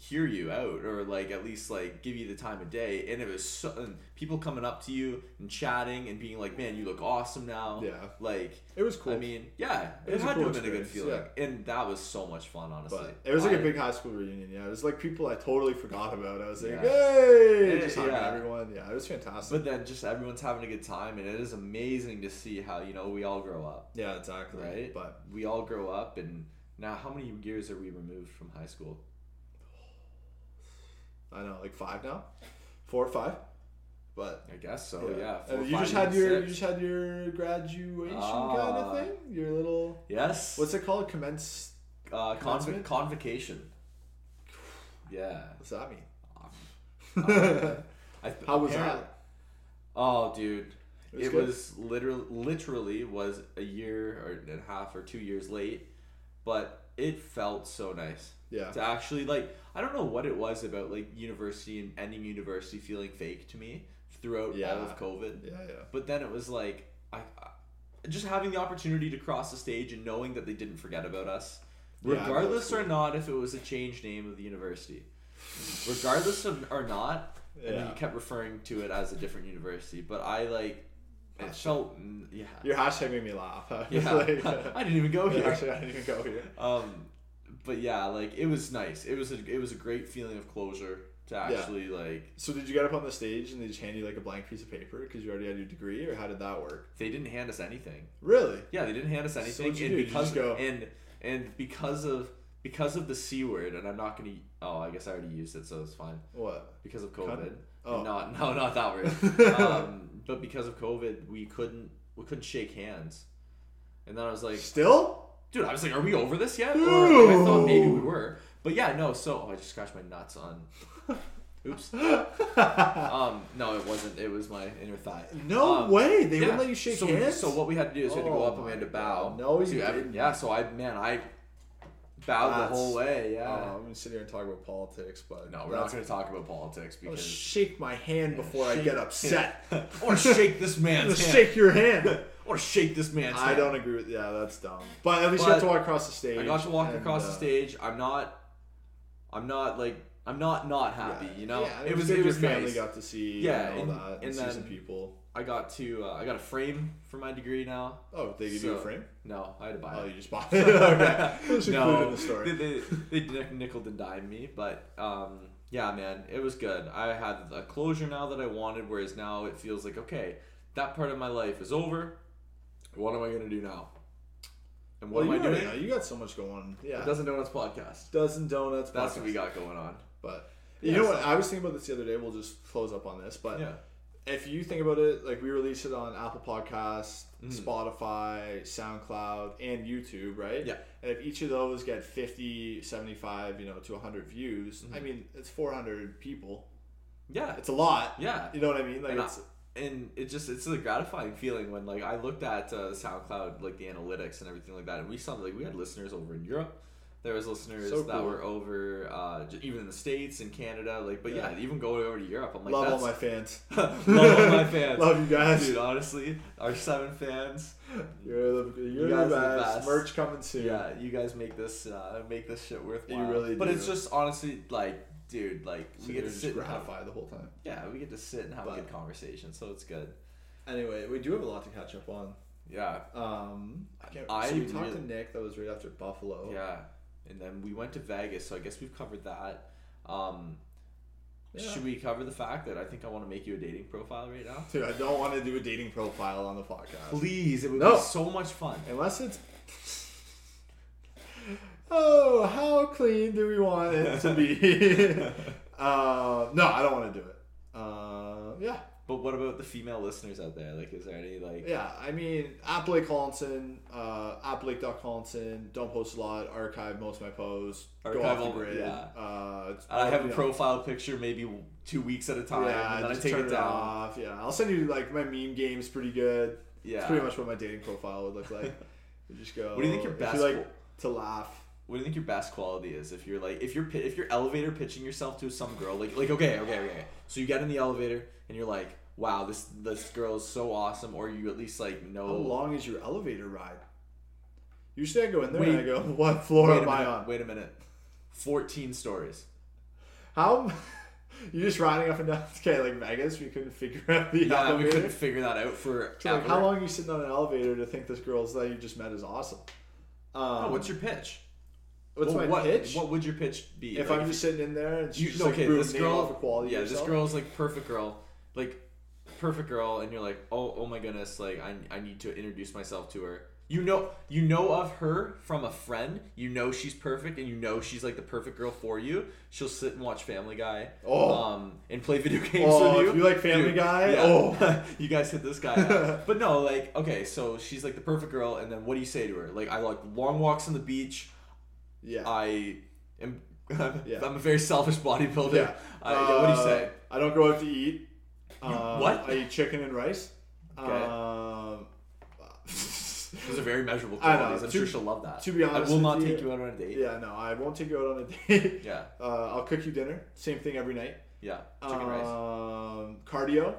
Speaker 5: hear you out or like at least like give you the time of day. And it was so, and people coming up to you and chatting and being like, "Man, you look awesome now."
Speaker 4: Yeah.
Speaker 5: like
Speaker 4: It was cool.
Speaker 5: I mean, yeah, it,
Speaker 4: It was a
Speaker 5: had
Speaker 4: cool
Speaker 5: to have been a good
Speaker 4: experience,
Speaker 5: feeling, and that was so much fun, honestly.
Speaker 4: But it was like a
Speaker 5: I-
Speaker 4: big high school reunion. Yeah, it was like people I totally forgot about. I was like,
Speaker 5: Yeah.
Speaker 4: hey,
Speaker 5: Yeah,
Speaker 4: just hugging
Speaker 5: yeah.
Speaker 4: everyone. Yeah, it was fantastic.
Speaker 5: But then just everyone's having a good time, and it is amazing to see how you know we all grow up,
Speaker 4: yeah, exactly.
Speaker 5: right?
Speaker 4: But
Speaker 5: we all grow up, and now how many years are we removed from high school?
Speaker 4: I know, like five now, four or five. But
Speaker 5: I guess so. Oh, Yeah,
Speaker 4: And
Speaker 5: four,
Speaker 4: Uh, you just
Speaker 5: five,
Speaker 4: had
Speaker 5: even
Speaker 4: your you
Speaker 5: six.
Speaker 4: just had your graduation kind
Speaker 5: Ah.
Speaker 4: of thing. Your little
Speaker 5: yes.
Speaker 4: what's it called? Commence.
Speaker 5: uh, conv-
Speaker 4: Commencement?
Speaker 5: convocation? Yeah.
Speaker 4: What's that mean?
Speaker 5: Um, I,
Speaker 4: How was
Speaker 5: apparent-
Speaker 4: that?
Speaker 5: Oh, dude.
Speaker 4: was
Speaker 5: It
Speaker 4: good.
Speaker 5: was, literally literally was a year or and a half or two years late, but it felt so nice.
Speaker 4: Yeah.
Speaker 5: To actually like I don't know what it was about like university and ending university feeling fake to me throughout
Speaker 4: Yeah.
Speaker 5: all of COVID.
Speaker 4: Yeah, yeah.
Speaker 5: But then it was like I, I just having the opportunity to cross the stage and knowing that they didn't forget about us,
Speaker 4: Yeah, that's
Speaker 5: regardless or not if it was a changed name of the university, regardless of or not, and then
Speaker 4: Yeah.
Speaker 5: you kept referring to it as a different university. But I like it felt mm, yeah
Speaker 4: Your hashtag made me laugh. I was
Speaker 5: yeah
Speaker 4: like-
Speaker 5: I didn't even go here.
Speaker 4: Actually, I didn't even go here.
Speaker 5: Um, but yeah, like it was nice. It was a it was a great feeling of closure to actually like
Speaker 4: So did you get up on the stage and they just hand you like a blank piece of paper because you already had your degree, or how did that work?
Speaker 5: they didn't hand us anything.
Speaker 4: Really?
Speaker 5: Yeah, they didn't hand us anything,
Speaker 4: what'd you
Speaker 5: and
Speaker 4: do? You
Speaker 5: because
Speaker 4: just go-
Speaker 5: and and because of because of the c word, and I'm not gonna. Oh, I guess I already used it, so it's fine.
Speaker 4: What?
Speaker 5: Because of COVID,
Speaker 4: Oh.
Speaker 5: not no, not that word. um, but because of COVID, we couldn't we couldn't shake hands, and then I was like,
Speaker 4: Still?
Speaker 5: dude, I was like, are we over this yet? Or like, I thought maybe we
Speaker 4: Ew.
Speaker 5: were, but yeah, no. So oh, I just scratched my nuts on. Oops. um, no, it wasn't. It was my inner thigh.
Speaker 4: No
Speaker 5: Um,
Speaker 4: way. They
Speaker 5: yeah.
Speaker 4: wouldn't let you shake
Speaker 5: so,
Speaker 4: hands.
Speaker 5: So what we had to do is we had to go
Speaker 4: Oh
Speaker 5: up and we had to
Speaker 4: my
Speaker 5: bow.
Speaker 4: God. No, you
Speaker 5: to every-
Speaker 4: didn't.
Speaker 5: Yeah, so I man, I bowed the
Speaker 4: That's-
Speaker 5: whole way.
Speaker 4: Oh,
Speaker 5: Yeah.
Speaker 4: I'm gonna sit here and talk about politics, but
Speaker 5: no, we're not
Speaker 4: that's-
Speaker 5: going to talk about politics
Speaker 4: I'll
Speaker 5: because
Speaker 4: shake my hand before I get upset.
Speaker 5: I want to shake this
Speaker 4: I'll
Speaker 5: man's hand.
Speaker 4: shake your hand.
Speaker 5: I want to shake this man's
Speaker 4: I
Speaker 5: hand.
Speaker 4: don't agree with. Yeah, that's dumb. But at least you have
Speaker 5: But
Speaker 4: to walk across the stage.
Speaker 5: I got to walk
Speaker 4: and,
Speaker 5: across
Speaker 4: uh,
Speaker 5: the stage. I'm not. I'm not like. I'm not not happy.
Speaker 4: yeah,
Speaker 5: you know.
Speaker 4: yeah,
Speaker 5: it was.
Speaker 4: good
Speaker 5: It was
Speaker 4: your family
Speaker 5: nice.
Speaker 4: got to see.
Speaker 5: Yeah,
Speaker 4: Yeah, and,
Speaker 5: and-
Speaker 4: all that, and,
Speaker 5: and
Speaker 4: see
Speaker 5: then-
Speaker 4: some people.
Speaker 5: I got to. Uh, I got a frame for my degree now.
Speaker 4: Oh, they give you a
Speaker 5: So-
Speaker 4: frame.
Speaker 5: No, I had to buy
Speaker 4: Oh,
Speaker 5: it.
Speaker 4: you just bought it. okay, it was included
Speaker 5: no,
Speaker 4: in the story.
Speaker 5: They, they, they nic- nickel and dime me, but um, yeah, man, it was good. I had a closure now that I wanted, whereas now it feels like okay, that part of my life is over. What am I gonna do now? And
Speaker 4: Well,
Speaker 5: what
Speaker 4: you
Speaker 5: am I
Speaker 4: already
Speaker 5: doing?
Speaker 4: know, You got so much going. Yeah,
Speaker 5: Doesn't Donuts podcast.
Speaker 4: dozen donuts.
Speaker 5: That's what we
Speaker 4: podcast.
Speaker 5: got going on.
Speaker 4: But you know what? I was thinking about this the other day. We'll just close up on this. But
Speaker 5: Yeah.
Speaker 4: if you think about it, like we release it on Apple Podcasts,
Speaker 5: Mm-hmm.
Speaker 4: Spotify, SoundCloud, and YouTube, right?
Speaker 5: Yeah.
Speaker 4: And if each of those get 50, 75, you know, to 100 views,
Speaker 5: Mm-hmm.
Speaker 4: I mean, it's 400 people.
Speaker 5: Yeah.
Speaker 4: It's a lot.
Speaker 5: Yeah.
Speaker 4: You know what I mean? Like,
Speaker 5: and, I-
Speaker 4: it's,
Speaker 5: and it just it's a gratifying feeling when like I looked at uh, SoundCloud like the analytics and everything like that, and we saw like we had listeners over in Europe. There was listeners
Speaker 4: So
Speaker 5: that
Speaker 4: cool.
Speaker 5: were over uh, j- even in the states and Canada, like but yeah,
Speaker 4: Yeah.
Speaker 5: even going over to Europe, I'm like
Speaker 4: love all my
Speaker 5: that's,
Speaker 4: fans.
Speaker 5: love all my fans,
Speaker 4: Love you guys.
Speaker 5: dude. Honestly, our seven fans,
Speaker 4: You're the, you're
Speaker 5: guys
Speaker 4: the,
Speaker 5: are the
Speaker 4: best.
Speaker 5: best.
Speaker 4: Merch coming soon.
Speaker 5: yeah, you guys make this uh, make this shit worthwhile.
Speaker 4: really
Speaker 5: but
Speaker 4: do.
Speaker 5: it's just honestly like, dude, like
Speaker 4: So
Speaker 5: we
Speaker 4: you're
Speaker 5: get to
Speaker 4: just
Speaker 5: sit and have,
Speaker 4: gratified the whole time.
Speaker 5: yeah, we get to sit and have
Speaker 4: But-
Speaker 5: a good conversation, so it's good.
Speaker 4: Anyway, we do have a lot to catch up on.
Speaker 5: Yeah,
Speaker 4: Um, I can't.
Speaker 5: I
Speaker 4: so we talked
Speaker 5: really-
Speaker 4: to Nick. That was right after Buffalo.
Speaker 5: Yeah, and then we went to Vegas, so I guess we've covered that. Um,
Speaker 4: Yeah.
Speaker 5: Should we cover the fact that I think I want to make you a dating profile right now?
Speaker 4: Dude, I don't want to do a dating profile on the podcast
Speaker 5: Please, it would
Speaker 4: No.
Speaker 5: be so much fun.
Speaker 4: unless it's. Oh, how clean do we want it to be? uh, no, I don't want to do it. Uh, yeah,
Speaker 5: But what about the female listeners out there? Like, is there any like?
Speaker 4: yeah. I mean, at Blake Collinson, uh, at Blake.Collinson, don't post a lot, archive most of my posts, go
Speaker 5: Archive
Speaker 4: off the
Speaker 5: all-
Speaker 4: grid.
Speaker 5: yeah.
Speaker 4: Uh, it's-
Speaker 5: I have
Speaker 4: you
Speaker 5: a
Speaker 4: know.
Speaker 5: profile picture maybe two weeks at a time, and Oh, then I
Speaker 4: just
Speaker 5: take
Speaker 4: turn
Speaker 5: it down.
Speaker 4: off. Yeah, I'll send you like my meme game's pretty good.
Speaker 5: Yeah.
Speaker 4: it's pretty much what my dating profile would look like. You just go.
Speaker 5: What do you think your
Speaker 4: if
Speaker 5: best
Speaker 4: like
Speaker 5: qual-
Speaker 4: to laugh?
Speaker 5: What do you think your best quality is? If you're like, if you're pi- if you're elevator pitching yourself to some girl, like like okay, okay, okay. So you get in the elevator and you're like, wow, this Oh. this girl is so awesome, or you at least like know.
Speaker 4: How long is your elevator ride? Usually I go in there
Speaker 5: Wait.
Speaker 4: and I go, what floor
Speaker 5: wait, a
Speaker 4: am I
Speaker 5: minute,
Speaker 4: on?
Speaker 5: wait a minute. 14 stories.
Speaker 4: How? you just riding up and down? Okay, like Vegas, we couldn't figure out the
Speaker 5: Yeah, we
Speaker 4: elevator.
Speaker 5: couldn't figure that out for
Speaker 4: So, like, how long are you sitting on an elevator to think this girl's that you just met is awesome? Um,
Speaker 5: what's your pitch?
Speaker 4: what's
Speaker 5: Well,
Speaker 4: my
Speaker 5: what,
Speaker 4: pitch?
Speaker 5: What would your pitch be?
Speaker 4: if
Speaker 5: Like,
Speaker 4: I'm just sitting in there and she's
Speaker 5: you,
Speaker 4: just
Speaker 5: no,
Speaker 4: like
Speaker 5: okay,
Speaker 4: ruining
Speaker 5: this
Speaker 4: me off
Speaker 5: girl,
Speaker 4: equality
Speaker 5: yeah,
Speaker 4: of
Speaker 5: this
Speaker 4: yourself.
Speaker 5: girl's like perfect girl, like perfect girl, and you're like, oh, oh my goodness, like I, I need to introduce myself to her. You know, you know of her from a friend. You know she's perfect, and you know she's like the perfect girl for you. She'll sit and watch Family Guy,
Speaker 4: Oh.
Speaker 5: um, and play video games
Speaker 4: Oh,
Speaker 5: with you.
Speaker 4: if you like Family Guy, oh.
Speaker 5: you guys hit this guy. up. but no, like, okay, so she's like the perfect girl, and then what do you say to her? Like, I like long walks on the beach.
Speaker 4: Yeah.
Speaker 5: I am.
Speaker 4: Yeah.
Speaker 5: I'm a very selfish bodybuilder.
Speaker 4: yeah.
Speaker 5: I, what do you
Speaker 4: Uh,
Speaker 5: say?
Speaker 4: I don't go out to eat. Um,
Speaker 5: what?
Speaker 4: I eat chicken and rice.
Speaker 5: Okay.
Speaker 4: Um,
Speaker 5: Those are very measurable
Speaker 4: I know,
Speaker 5: qualities. I'm
Speaker 4: to-
Speaker 5: sure she'll love that.
Speaker 4: to be honest
Speaker 5: I will
Speaker 4: with
Speaker 5: not
Speaker 4: you-
Speaker 5: take you out on a date.
Speaker 4: yeah, no, I won't take you out on a date.
Speaker 5: Yeah.
Speaker 4: Uh, I'll cook you dinner. Same thing every night.
Speaker 5: Yeah. Chicken
Speaker 4: um,
Speaker 5: rice.
Speaker 4: Cardio.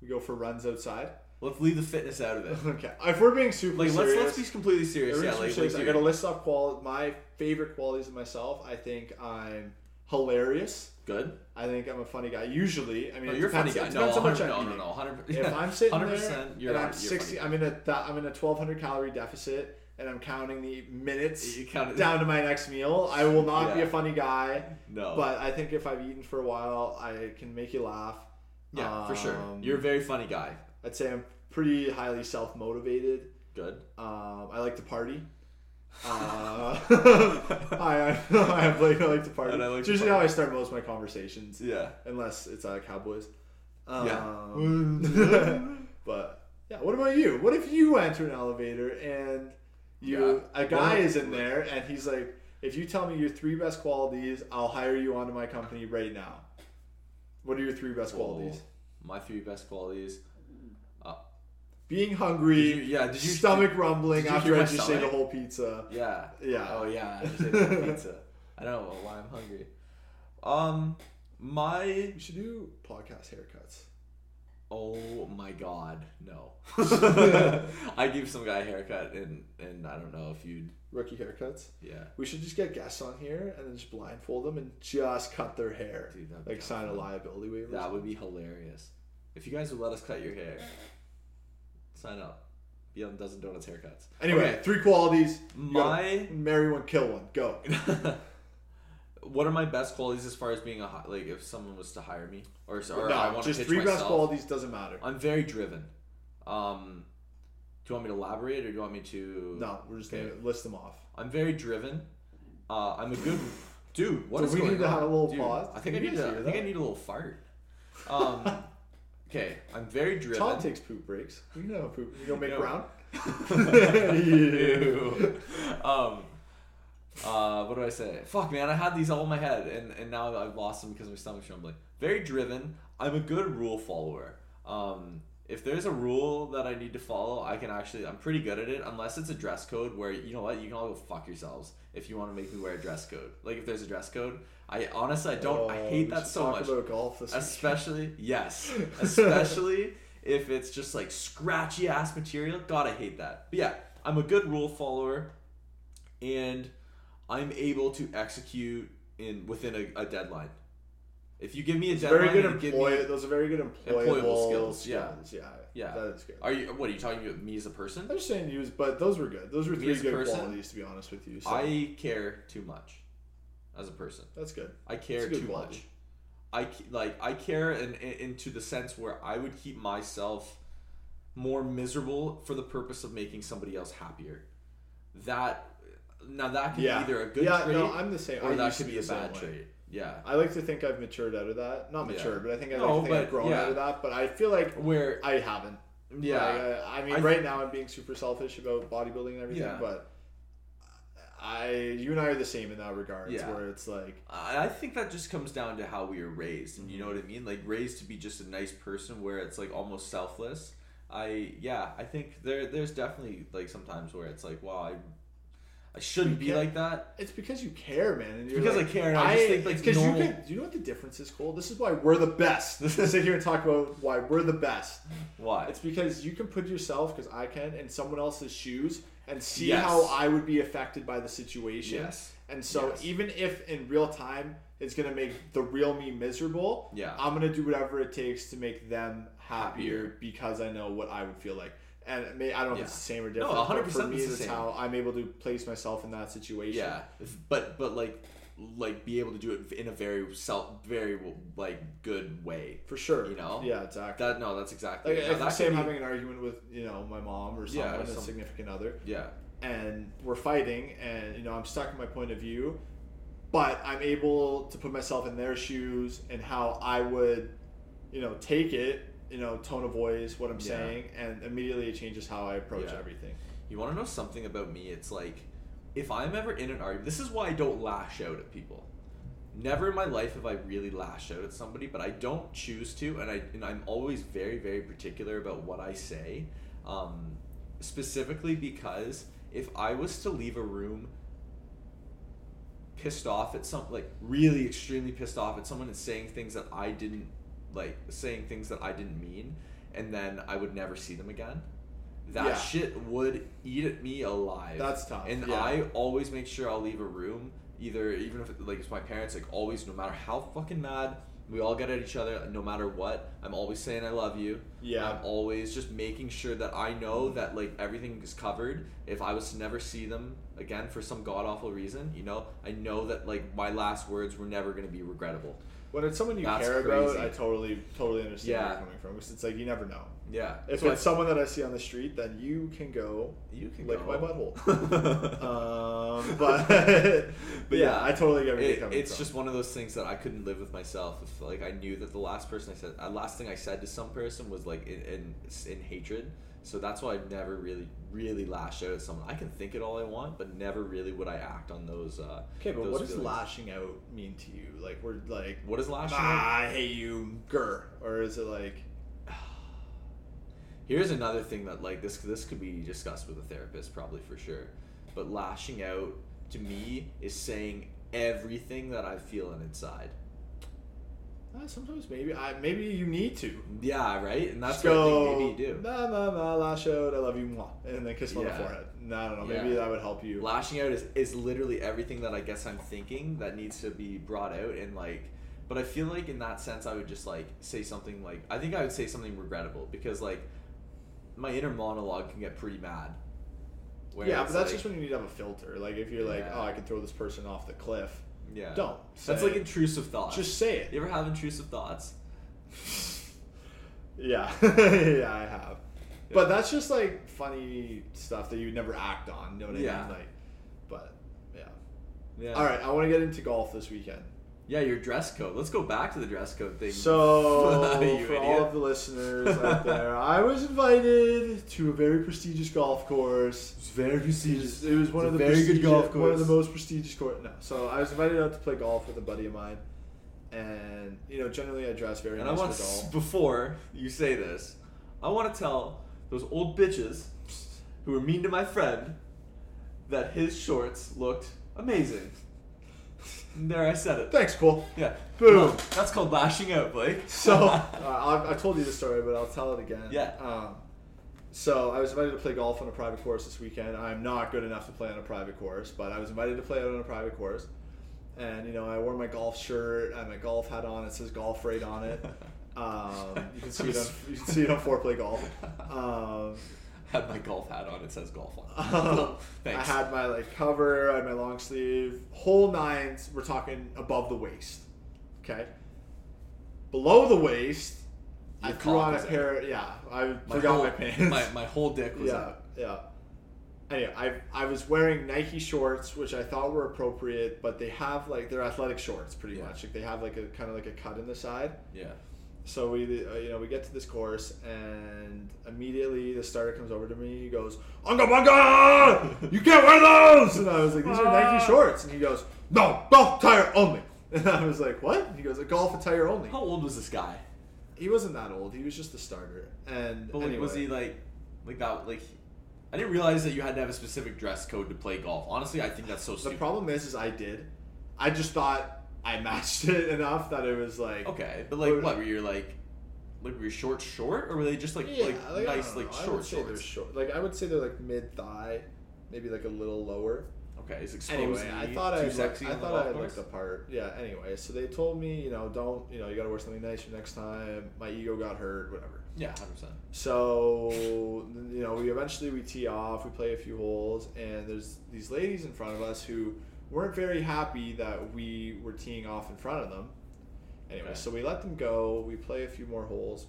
Speaker 4: We go for runs outside.
Speaker 5: Let's leave the fitness out of it.
Speaker 4: Okay. If we're being super
Speaker 5: Like let's
Speaker 4: serious,
Speaker 5: let's be completely serious.
Speaker 4: Everything
Speaker 5: Yeah.
Speaker 4: she
Speaker 5: Like,
Speaker 4: says,
Speaker 5: like,
Speaker 4: I
Speaker 5: dude,
Speaker 4: gotta list off qual my favorite qualities of myself. I think I'm hilarious.
Speaker 5: good.
Speaker 4: I think I'm a funny guy. Usually, I mean,
Speaker 5: No,
Speaker 4: it
Speaker 5: you're a funny
Speaker 4: depends,
Speaker 5: guy.
Speaker 4: It
Speaker 5: No,
Speaker 4: depends how much
Speaker 5: 100
Speaker 4: I'm
Speaker 5: no, no,
Speaker 4: eating.
Speaker 5: no, 100.
Speaker 4: If I'm sitting
Speaker 5: 100%,
Speaker 4: there
Speaker 5: you're
Speaker 4: and
Speaker 5: on-
Speaker 4: I'm
Speaker 5: you're funny.
Speaker 4: 60, I'm in a th- I'm in a 1,200 calorie deficit, and I'm counting the minutes
Speaker 5: You count it-
Speaker 4: down to my next meal. I will not be
Speaker 5: Yeah.
Speaker 4: a funny guy.
Speaker 5: No.
Speaker 4: but I think if I've eaten for a while, I can make you laugh.
Speaker 5: Yeah, for sure.
Speaker 4: Um,
Speaker 5: You're a very funny guy.
Speaker 4: I'd say I'm pretty highly self motivated.
Speaker 5: Good.
Speaker 4: Um, I like to party. Uh, I, I, I, am like, I like to party.
Speaker 5: And I like
Speaker 4: it's
Speaker 5: to
Speaker 4: usually
Speaker 5: party.
Speaker 4: how I start most of my conversations,
Speaker 5: Yeah.
Speaker 4: unless it's uh, Cowboys.
Speaker 5: Yeah.
Speaker 4: Um, but yeah, what about you? What if you enter an elevator and you
Speaker 5: Yeah.
Speaker 4: a guy
Speaker 5: Well-
Speaker 4: is in there and he's like, "If you tell me your three best qualities, I'll hire you onto my company right now." What are your three best qualities?
Speaker 5: Oh. My three best qualities.
Speaker 4: Being
Speaker 5: Did
Speaker 4: hungry.
Speaker 5: you- yeah. Did you
Speaker 4: stomach rumbling
Speaker 5: did you
Speaker 4: after
Speaker 5: hear
Speaker 4: I
Speaker 5: my
Speaker 4: just ate a
Speaker 5: stomach?
Speaker 4: whole pizza.
Speaker 5: Yeah.
Speaker 4: Yeah.
Speaker 5: Oh yeah. I just ate a pizza. I don't know why I'm hungry. Um, my
Speaker 4: We should do podcast haircuts.
Speaker 5: Oh my god, no. I gave some guy a haircut and and I don't know if you'd
Speaker 4: Rookie haircuts.
Speaker 5: yeah.
Speaker 4: We should just get guests on here and then just blindfold them and just cut their hair.
Speaker 5: Dude, that'd be
Speaker 4: like sign a
Speaker 5: awesome.
Speaker 4: liability waiver.
Speaker 5: That would be hilarious. If you guys would let us cut your hair. Sign up. Be on Dozen Donuts haircuts.
Speaker 4: Anyway,
Speaker 5: Okay,
Speaker 4: three qualities. You gotta
Speaker 5: My-
Speaker 4: marry one, kill one. Go.
Speaker 5: what are my best qualities as far as being a hi- like if someone was to hire me or, or I
Speaker 4: no,
Speaker 5: want
Speaker 4: just
Speaker 5: to pitch
Speaker 4: three
Speaker 5: myself?
Speaker 4: best qualities doesn't matter.
Speaker 5: I'm very driven. Um do you want me to elaborate or do you want me to
Speaker 4: No, we're just
Speaker 5: Okay.
Speaker 4: gonna list them off.
Speaker 5: I'm very driven. Uh, I'm a good dude. What
Speaker 4: Do
Speaker 5: is
Speaker 4: we
Speaker 5: going
Speaker 4: need to
Speaker 5: on?
Speaker 4: have a little
Speaker 5: Dude,
Speaker 4: pause?
Speaker 5: I
Speaker 4: Can
Speaker 5: think I
Speaker 4: you
Speaker 5: need
Speaker 4: guys
Speaker 5: to.
Speaker 4: hear
Speaker 5: I think I
Speaker 4: that?
Speaker 5: need a little fart. Um, okay, I'm very driven.
Speaker 4: Tom takes poop breaks. We know poop. You gonna make
Speaker 5: No.
Speaker 4: brown?
Speaker 5: Ew. um, uh, what do I say? Fuck, man, I had these all in my head, and, and now I've lost them because my stomach's rumbling. Very driven. I'm a good rule follower. Um, if there's a rule that I need to follow, I can actually, I'm pretty good at it, unless it's a dress code where, you know what, you can all go fuck yourselves if you want to make me wear a dress code. Like, if there's a dress code, I honestly, I don't, I
Speaker 4: Oh,
Speaker 5: hate
Speaker 4: we
Speaker 5: that
Speaker 4: should
Speaker 5: so
Speaker 4: talk
Speaker 5: much.
Speaker 4: About golf this week.
Speaker 5: Especially, yes. Especially if it's just like scratchy ass material. God, I hate that. But yeah, I'm a good rule follower and I'm able to execute in within a, a deadline. If you give me a
Speaker 4: very
Speaker 5: deadline,
Speaker 4: good
Speaker 5: and give me-
Speaker 4: employ. Those are very good employable,
Speaker 5: Employable skills,
Speaker 4: skills.
Speaker 5: yeah.
Speaker 4: Yeah,
Speaker 5: Yeah.
Speaker 4: That is good.
Speaker 5: Are you what are you talking about me as a person?
Speaker 4: I'm just saying use, but those were good. Those were
Speaker 5: Me
Speaker 4: three
Speaker 5: as a
Speaker 4: good
Speaker 5: person?
Speaker 4: qualities, to be honest with you. So
Speaker 5: I care too much as a person.
Speaker 4: that's good.
Speaker 5: I care
Speaker 4: It's a good
Speaker 5: too
Speaker 4: quality.
Speaker 5: much. I ke- like I care and in, into the sense where I would keep myself more miserable for the purpose of making somebody else happier. That now that can
Speaker 4: Yeah.
Speaker 5: be either a good
Speaker 4: Yeah,
Speaker 5: trait
Speaker 4: no, I'm the same.
Speaker 5: or
Speaker 4: I
Speaker 5: that
Speaker 4: used to
Speaker 5: could
Speaker 4: be
Speaker 5: be a
Speaker 4: the same
Speaker 5: bad
Speaker 4: way.
Speaker 5: trait. Yeah,
Speaker 4: I like to think I've matured out of that. Not
Speaker 5: Yeah.
Speaker 4: matured, but I think I like
Speaker 5: No,
Speaker 4: to think
Speaker 5: but,
Speaker 4: I've grown
Speaker 5: yeah.
Speaker 4: out of that. But I feel like
Speaker 5: where
Speaker 4: I haven't.
Speaker 5: yeah,
Speaker 4: Like, uh, I mean,
Speaker 5: I-
Speaker 4: right now I'm being super selfish about bodybuilding and everything,
Speaker 5: Yeah.
Speaker 4: but I, you and I are the same in that regard.
Speaker 5: Yeah.
Speaker 4: Where it's like,
Speaker 5: I I think that just comes down to how we were raised, and you know what
Speaker 4: Mm-hmm.
Speaker 5: I mean. Like raised to be just a nice person, where it's like almost selfless. I yeah, I think there there's definitely like sometimes where it's like, wow, I I shouldn't be
Speaker 4: can't-
Speaker 5: like that.
Speaker 4: it's because you care, man. And you're
Speaker 5: Because
Speaker 4: like,
Speaker 5: I care, and I just think, like,
Speaker 4: because
Speaker 5: normal-
Speaker 4: you can. You know what the difference is, Cole? This is why we're the best. Let's sit here and talk about why we're the best.
Speaker 5: Why?
Speaker 4: It's because you can put yourself, because I can, in someone else's shoes and see
Speaker 5: Yes.
Speaker 4: how I would be affected by the situation.
Speaker 5: Yes.
Speaker 4: And so
Speaker 5: Yes.
Speaker 4: even if in real time it's gonna make the real me miserable,
Speaker 5: Yeah.
Speaker 4: I'm gonna do whatever it takes to make them happier,
Speaker 5: Happier.
Speaker 4: because I know what I would feel like. And it may, I don't know
Speaker 5: Yeah.
Speaker 4: if it's the same or
Speaker 5: No,
Speaker 4: different. but
Speaker 5: 100%
Speaker 4: for me,
Speaker 5: it's the
Speaker 4: that's
Speaker 5: same.
Speaker 4: how I'm able to place myself in that situation.
Speaker 5: Yeah, if- but but like like be able to do it in a very self very like good way.
Speaker 4: for sure.
Speaker 5: You know?
Speaker 4: yeah, exactly.
Speaker 5: That no, that's exactly.
Speaker 4: like
Speaker 5: it. No,
Speaker 4: if
Speaker 5: that
Speaker 4: say I'm
Speaker 5: could be-
Speaker 4: having an argument with you know my mom or
Speaker 5: Yeah,
Speaker 4: someone, a
Speaker 5: some-
Speaker 4: significant other,
Speaker 5: yeah,
Speaker 4: and we're fighting and you know i'm stuck in my point of view but i'm able to put myself in their shoes and how i would you know take it you know tone of voice what i'm
Speaker 5: Yeah.
Speaker 4: saying and immediately it changes how i approach
Speaker 5: Yeah.
Speaker 4: everything
Speaker 5: you want to know something about me? It's like if I'm ever in an argument, this is why I don't lash out at people. Never in my life have I really lashed out at somebody, but I don't choose to, and I and I'm always very very particular about what I say, um, specifically because if I was to leave a room pissed off at some like really extremely pissed off at someone and saying things that I didn't like saying things that I didn't mean and then I would never see them again. That
Speaker 4: Yeah.
Speaker 5: shit would eat at me alive.
Speaker 4: That's tough,
Speaker 5: And
Speaker 4: yeah.
Speaker 5: I always make sure I'll leave a room either even if like it's my parents like always no matter how fucking mad we all get at each other no matter what I'm always saying I love you.
Speaker 4: Yeah.
Speaker 5: I'm always just making sure that I know that like everything is covered. If I was to never see them again for some god awful reason, you know, I know that like my last words were never gonna be regrettable.
Speaker 4: when it's someone you
Speaker 5: That's
Speaker 4: care
Speaker 5: crazy.
Speaker 4: about i totally totally understand where
Speaker 5: Yeah.
Speaker 4: you're coming from because it's like you never know
Speaker 5: Yeah.
Speaker 4: if
Speaker 5: So I-
Speaker 4: it's someone that i see on the street then you can go
Speaker 5: you can
Speaker 4: lick
Speaker 5: go.
Speaker 4: my butthole um, but but yeah, i totally get where you're
Speaker 5: It-
Speaker 4: coming
Speaker 5: it's
Speaker 4: from.
Speaker 5: just one of those things that I couldn't live with myself. If like I knew that the last person I said, uh, last thing I said to some person was like in, in in hatred. So that's why I've never really really lashed out at someone. I can think it all I want, but never really would I act on those. Uh,
Speaker 4: Okay, but
Speaker 5: those
Speaker 4: what does
Speaker 5: feelings.
Speaker 4: lashing out mean to you? Like we're like,
Speaker 5: What is lashing? out?
Speaker 4: ah, I hate you, grr, or is it like,
Speaker 5: Here's another thing that like this this could be discussed with a therapist probably for sure. But lashing out to me is saying everything that I feel in inside.
Speaker 4: ah, sometimes maybe I maybe you need to.
Speaker 5: Yeah, right? And that's
Speaker 4: Just
Speaker 5: what
Speaker 4: go,
Speaker 5: I think maybe you do.
Speaker 4: Nah, nah, nah, lash out, I love you, mwah, and then kiss me on
Speaker 5: Yeah.
Speaker 4: the forehead. No, I don't know. Maybe
Speaker 5: Yeah.
Speaker 4: that would help you.
Speaker 5: Lashing out is, is literally everything that I guess I'm thinking that needs to be brought out and like but I feel like in that sense I would just like say something like I think I would say something regrettable because like my inner monologue can get pretty mad. Where
Speaker 4: yeah,
Speaker 5: it's
Speaker 4: but that's
Speaker 5: like-
Speaker 4: just when you need to have a filter. Like if you're like,
Speaker 5: Yeah.
Speaker 4: oh, I can throw this person off the cliff.
Speaker 5: yeah.
Speaker 4: Don't.
Speaker 5: That's
Speaker 4: say
Speaker 5: like
Speaker 4: it.
Speaker 5: intrusive thoughts.
Speaker 4: just say it.
Speaker 5: You ever have intrusive thoughts?
Speaker 4: Yeah, yeah, I have. But that's just like funny stuff that you would never act on. You know what I
Speaker 5: Yeah.
Speaker 4: mean? Like, but yeah.
Speaker 5: Yeah.
Speaker 4: All right, I want to get into golf this weekend.
Speaker 5: Yeah, your dress code. Let's go back to the dress code thing.
Speaker 4: So, for
Speaker 5: You
Speaker 4: all
Speaker 5: idiot.
Speaker 4: of the listeners out there, I was invited to a very prestigious golf course.
Speaker 5: it's very
Speaker 4: It
Speaker 5: prestigious.
Speaker 4: was, it was one of
Speaker 5: It's
Speaker 4: the
Speaker 5: a very good
Speaker 4: prestigi-
Speaker 5: golf
Speaker 4: one of
Speaker 5: course.
Speaker 4: the most prestigious course. No, so I was invited out to play golf with a buddy of mine, and you know, generally I dress very
Speaker 5: And I
Speaker 4: nice
Speaker 5: want
Speaker 4: for golf.
Speaker 5: before you say this, I want to tell those old bitches who were mean to my friend that his shorts looked amazing. And there, I said it.
Speaker 4: Thanks, Cole.
Speaker 5: Yeah.
Speaker 4: Boom.
Speaker 5: That's called lashing out, Blake.
Speaker 4: So uh, I, I told you the story, but I'll tell it again.
Speaker 5: Yeah.
Speaker 4: Um, so I was invited to play golf on a private course this weekend. I'm not good enough to play on a private course, but I was invited to play out on a private course. And you know, I wore my golf shirt and my golf hat on. It says golf right on it. Um, you can see it on you can see it on foreplay golf. Um,
Speaker 5: had my golf hat on. It says golf on.
Speaker 4: um,
Speaker 5: it. Thanks.
Speaker 4: I had my like cover, I had my long sleeve, whole nines. We're talking above the waist, okay. Below the waist, I
Speaker 5: Your
Speaker 4: threw
Speaker 5: cock
Speaker 4: on a
Speaker 5: was out.
Speaker 4: pair. Yeah, I
Speaker 5: my
Speaker 4: forgot
Speaker 5: whole,
Speaker 4: my pants.
Speaker 5: My, my whole dick was
Speaker 4: yeah,
Speaker 5: out.
Speaker 4: yeah. Anyway, I I was wearing Nike shorts, which I thought were appropriate, but they have like they're athletic shorts, pretty
Speaker 5: Yeah.
Speaker 4: much. Like they have like a kind of like a cut in the side
Speaker 5: Yeah.
Speaker 4: so we uh, you know we get to this course and immediately the starter comes over to me he goes unga bunga you can't wear those and i was like these are
Speaker 5: Ah.
Speaker 4: nike shorts and he goes no golf attire only and i was like what he goes a golf attire only
Speaker 5: How old was this guy?
Speaker 4: he wasn't that old he was just the starter and
Speaker 5: But like,
Speaker 4: anyway.
Speaker 5: was he like, like that? Like, I didn't realize that you had to have a specific dress code to play golf. Honestly, I think that's so
Speaker 4: the
Speaker 5: stupid.
Speaker 4: problem is is i did i just thought i matched it enough that it was like
Speaker 5: okay, but like,
Speaker 4: Or-
Speaker 5: what were you like? Like, were your shorts short, or were they just like
Speaker 4: yeah,
Speaker 5: like,
Speaker 4: I
Speaker 5: nice
Speaker 4: don't know.
Speaker 5: like
Speaker 4: I would
Speaker 5: short
Speaker 4: say they're
Speaker 5: shorts?
Speaker 4: short like i would say they're like mid-thigh maybe like a little lower.
Speaker 5: Okay, is exposed.
Speaker 4: Anyway, I thought I
Speaker 5: too
Speaker 4: looked,
Speaker 5: sexy.
Speaker 4: I
Speaker 5: on the
Speaker 4: thought
Speaker 5: golf
Speaker 4: I looked
Speaker 5: course?
Speaker 4: the part. Yeah. Anyway, so they told me, you know, don't, you know, you got to wear something nice for next time. My ego got hurt, whatever.
Speaker 5: Yeah, hundred percent.
Speaker 4: So you know, we eventually we tee off, we play a few holes, and there's these ladies in front of us who weren't very happy that we were teeing off in front of them. Anyway,
Speaker 5: Okay.
Speaker 4: so we let them go. We play a few more holes.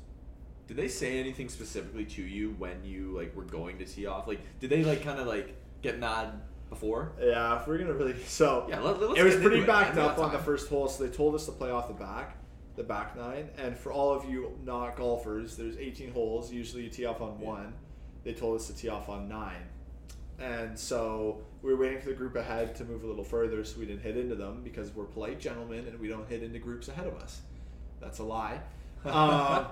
Speaker 5: Did they say anything specifically to you when you like were going to tee off? Like, did they like kind of like get mad before?
Speaker 4: Yeah, if we're gonna really so
Speaker 5: Yeah, let- let's
Speaker 4: it was
Speaker 5: get
Speaker 4: pretty
Speaker 5: into it,
Speaker 4: backed
Speaker 5: man. We
Speaker 4: up
Speaker 5: got
Speaker 4: on the
Speaker 5: time.
Speaker 4: first hole, so they told us to play off the back, the back nine. And for all of you not golfers, there's 18 holes. Usually you tee off on one. They told us to tee off on nine, and so we were waiting for the group ahead to move a little further, so we didn't hit into them because we're polite gentlemen and we don't hit into groups ahead of us. That's a lie. Um,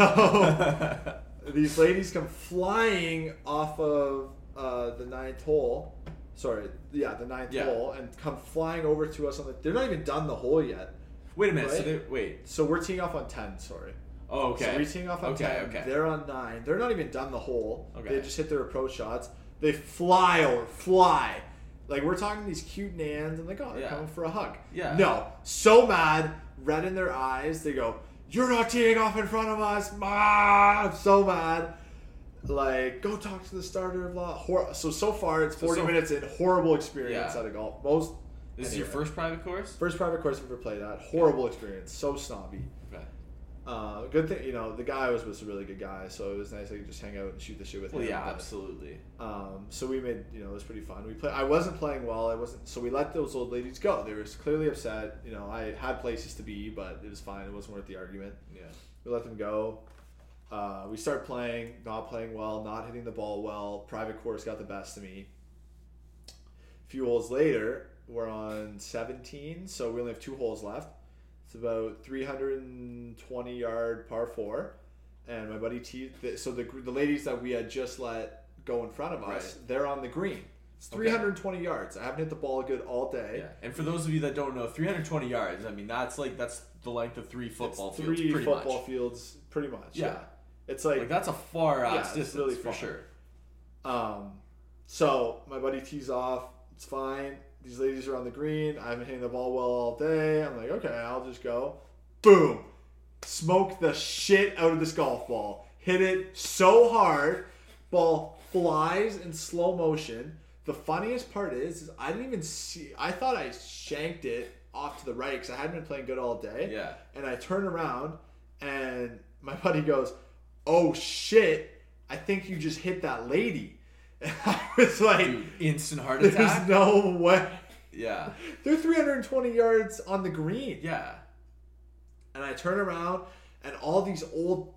Speaker 4: so these ladies come flying off of uh, the ninth hole. Sorry, yeah, the ninth
Speaker 5: Yeah.
Speaker 4: hole, and come flying over to us on the. They're not even done the hole yet.
Speaker 5: Wait a minute. So
Speaker 4: Right?
Speaker 5: they wait.
Speaker 4: So we're teeing off on ten. Sorry.
Speaker 5: Oh, okay.
Speaker 4: So we're teeing off on
Speaker 5: okay,
Speaker 4: ten.
Speaker 5: Okay.
Speaker 4: They're on nine. They're not even done the hole.
Speaker 5: Okay.
Speaker 4: They just hit their approach shots. They fly over, fly. Like we're talking these cute nans. I'm like, oh, they're
Speaker 5: Yeah.
Speaker 4: coming for a hug.
Speaker 5: Yeah.
Speaker 4: No, so mad, red in their eyes. They go, "You're not teeing off in front of us, ma!" I'm so mad. Like, go talk to the starter. Blah. Hor- so so far, it's 40
Speaker 5: so-
Speaker 4: minutes in horrible experience
Speaker 5: Yeah.
Speaker 4: at a golf. Most.
Speaker 5: this is your
Speaker 4: anyway.
Speaker 5: first private course.
Speaker 4: first private course I've ever played at. Horrible experience. So snobby.
Speaker 5: Okay.
Speaker 4: Uh, good thing you know the guy I was with was a really good guy, so it was nice I could just hang out and shoot the shit with
Speaker 5: Well,
Speaker 4: him.
Speaker 5: yeah,
Speaker 4: but,
Speaker 5: absolutely.
Speaker 4: Um, so we made you know it was pretty fun. We play. I wasn't playing well. I wasn't. So we let those old ladies go. They were clearly upset. You know, I had places to be, but it was fine. It wasn't worth the argument.
Speaker 5: Yeah.
Speaker 4: We let them go. Uh, we start playing, not playing well, not hitting the ball well. Private course got the best of me. A few holes later, we're on 17, so we only have two holes left. It's about 320 yard par four. And my buddy T, th- so the, gr- the ladies that we had just let go in front of us, they're on the green. It's
Speaker 5: Okay.
Speaker 4: 320 yards. I haven't hit the ball good all day.
Speaker 5: Yeah. And for those of you that don't know, 320 yards. I mean, that's like that's the length of three football
Speaker 4: It's
Speaker 5: fields,
Speaker 4: three
Speaker 5: pretty
Speaker 4: football
Speaker 5: much.
Speaker 4: fields, pretty much.
Speaker 5: Yeah.
Speaker 4: Yeah. It's like,
Speaker 5: Like that's a far
Speaker 4: Yeah,
Speaker 5: ass
Speaker 4: it's
Speaker 5: distance
Speaker 4: really
Speaker 5: for
Speaker 4: far.
Speaker 5: sure.
Speaker 4: Um, so my buddy tees off. It's fine. These ladies are on the green. I haven't hitting the ball well all day. I'm like, okay, I'll just go. Boom! Smoke the shit out of this golf ball. Hit it so hard. Ball flies in slow motion. The funniest part is, is I didn't even see. I thought I shanked it off to the right because I hadn't been playing good all day.
Speaker 5: Yeah.
Speaker 4: And I turn around and my buddy goes, Oh shit, I think you just hit that lady. And I was like,
Speaker 5: Dude, instant heart
Speaker 4: There's
Speaker 5: attack.
Speaker 4: no way.
Speaker 5: yeah.
Speaker 4: They're 320 yards on the green.
Speaker 5: Yeah.
Speaker 4: And I turn around and all these old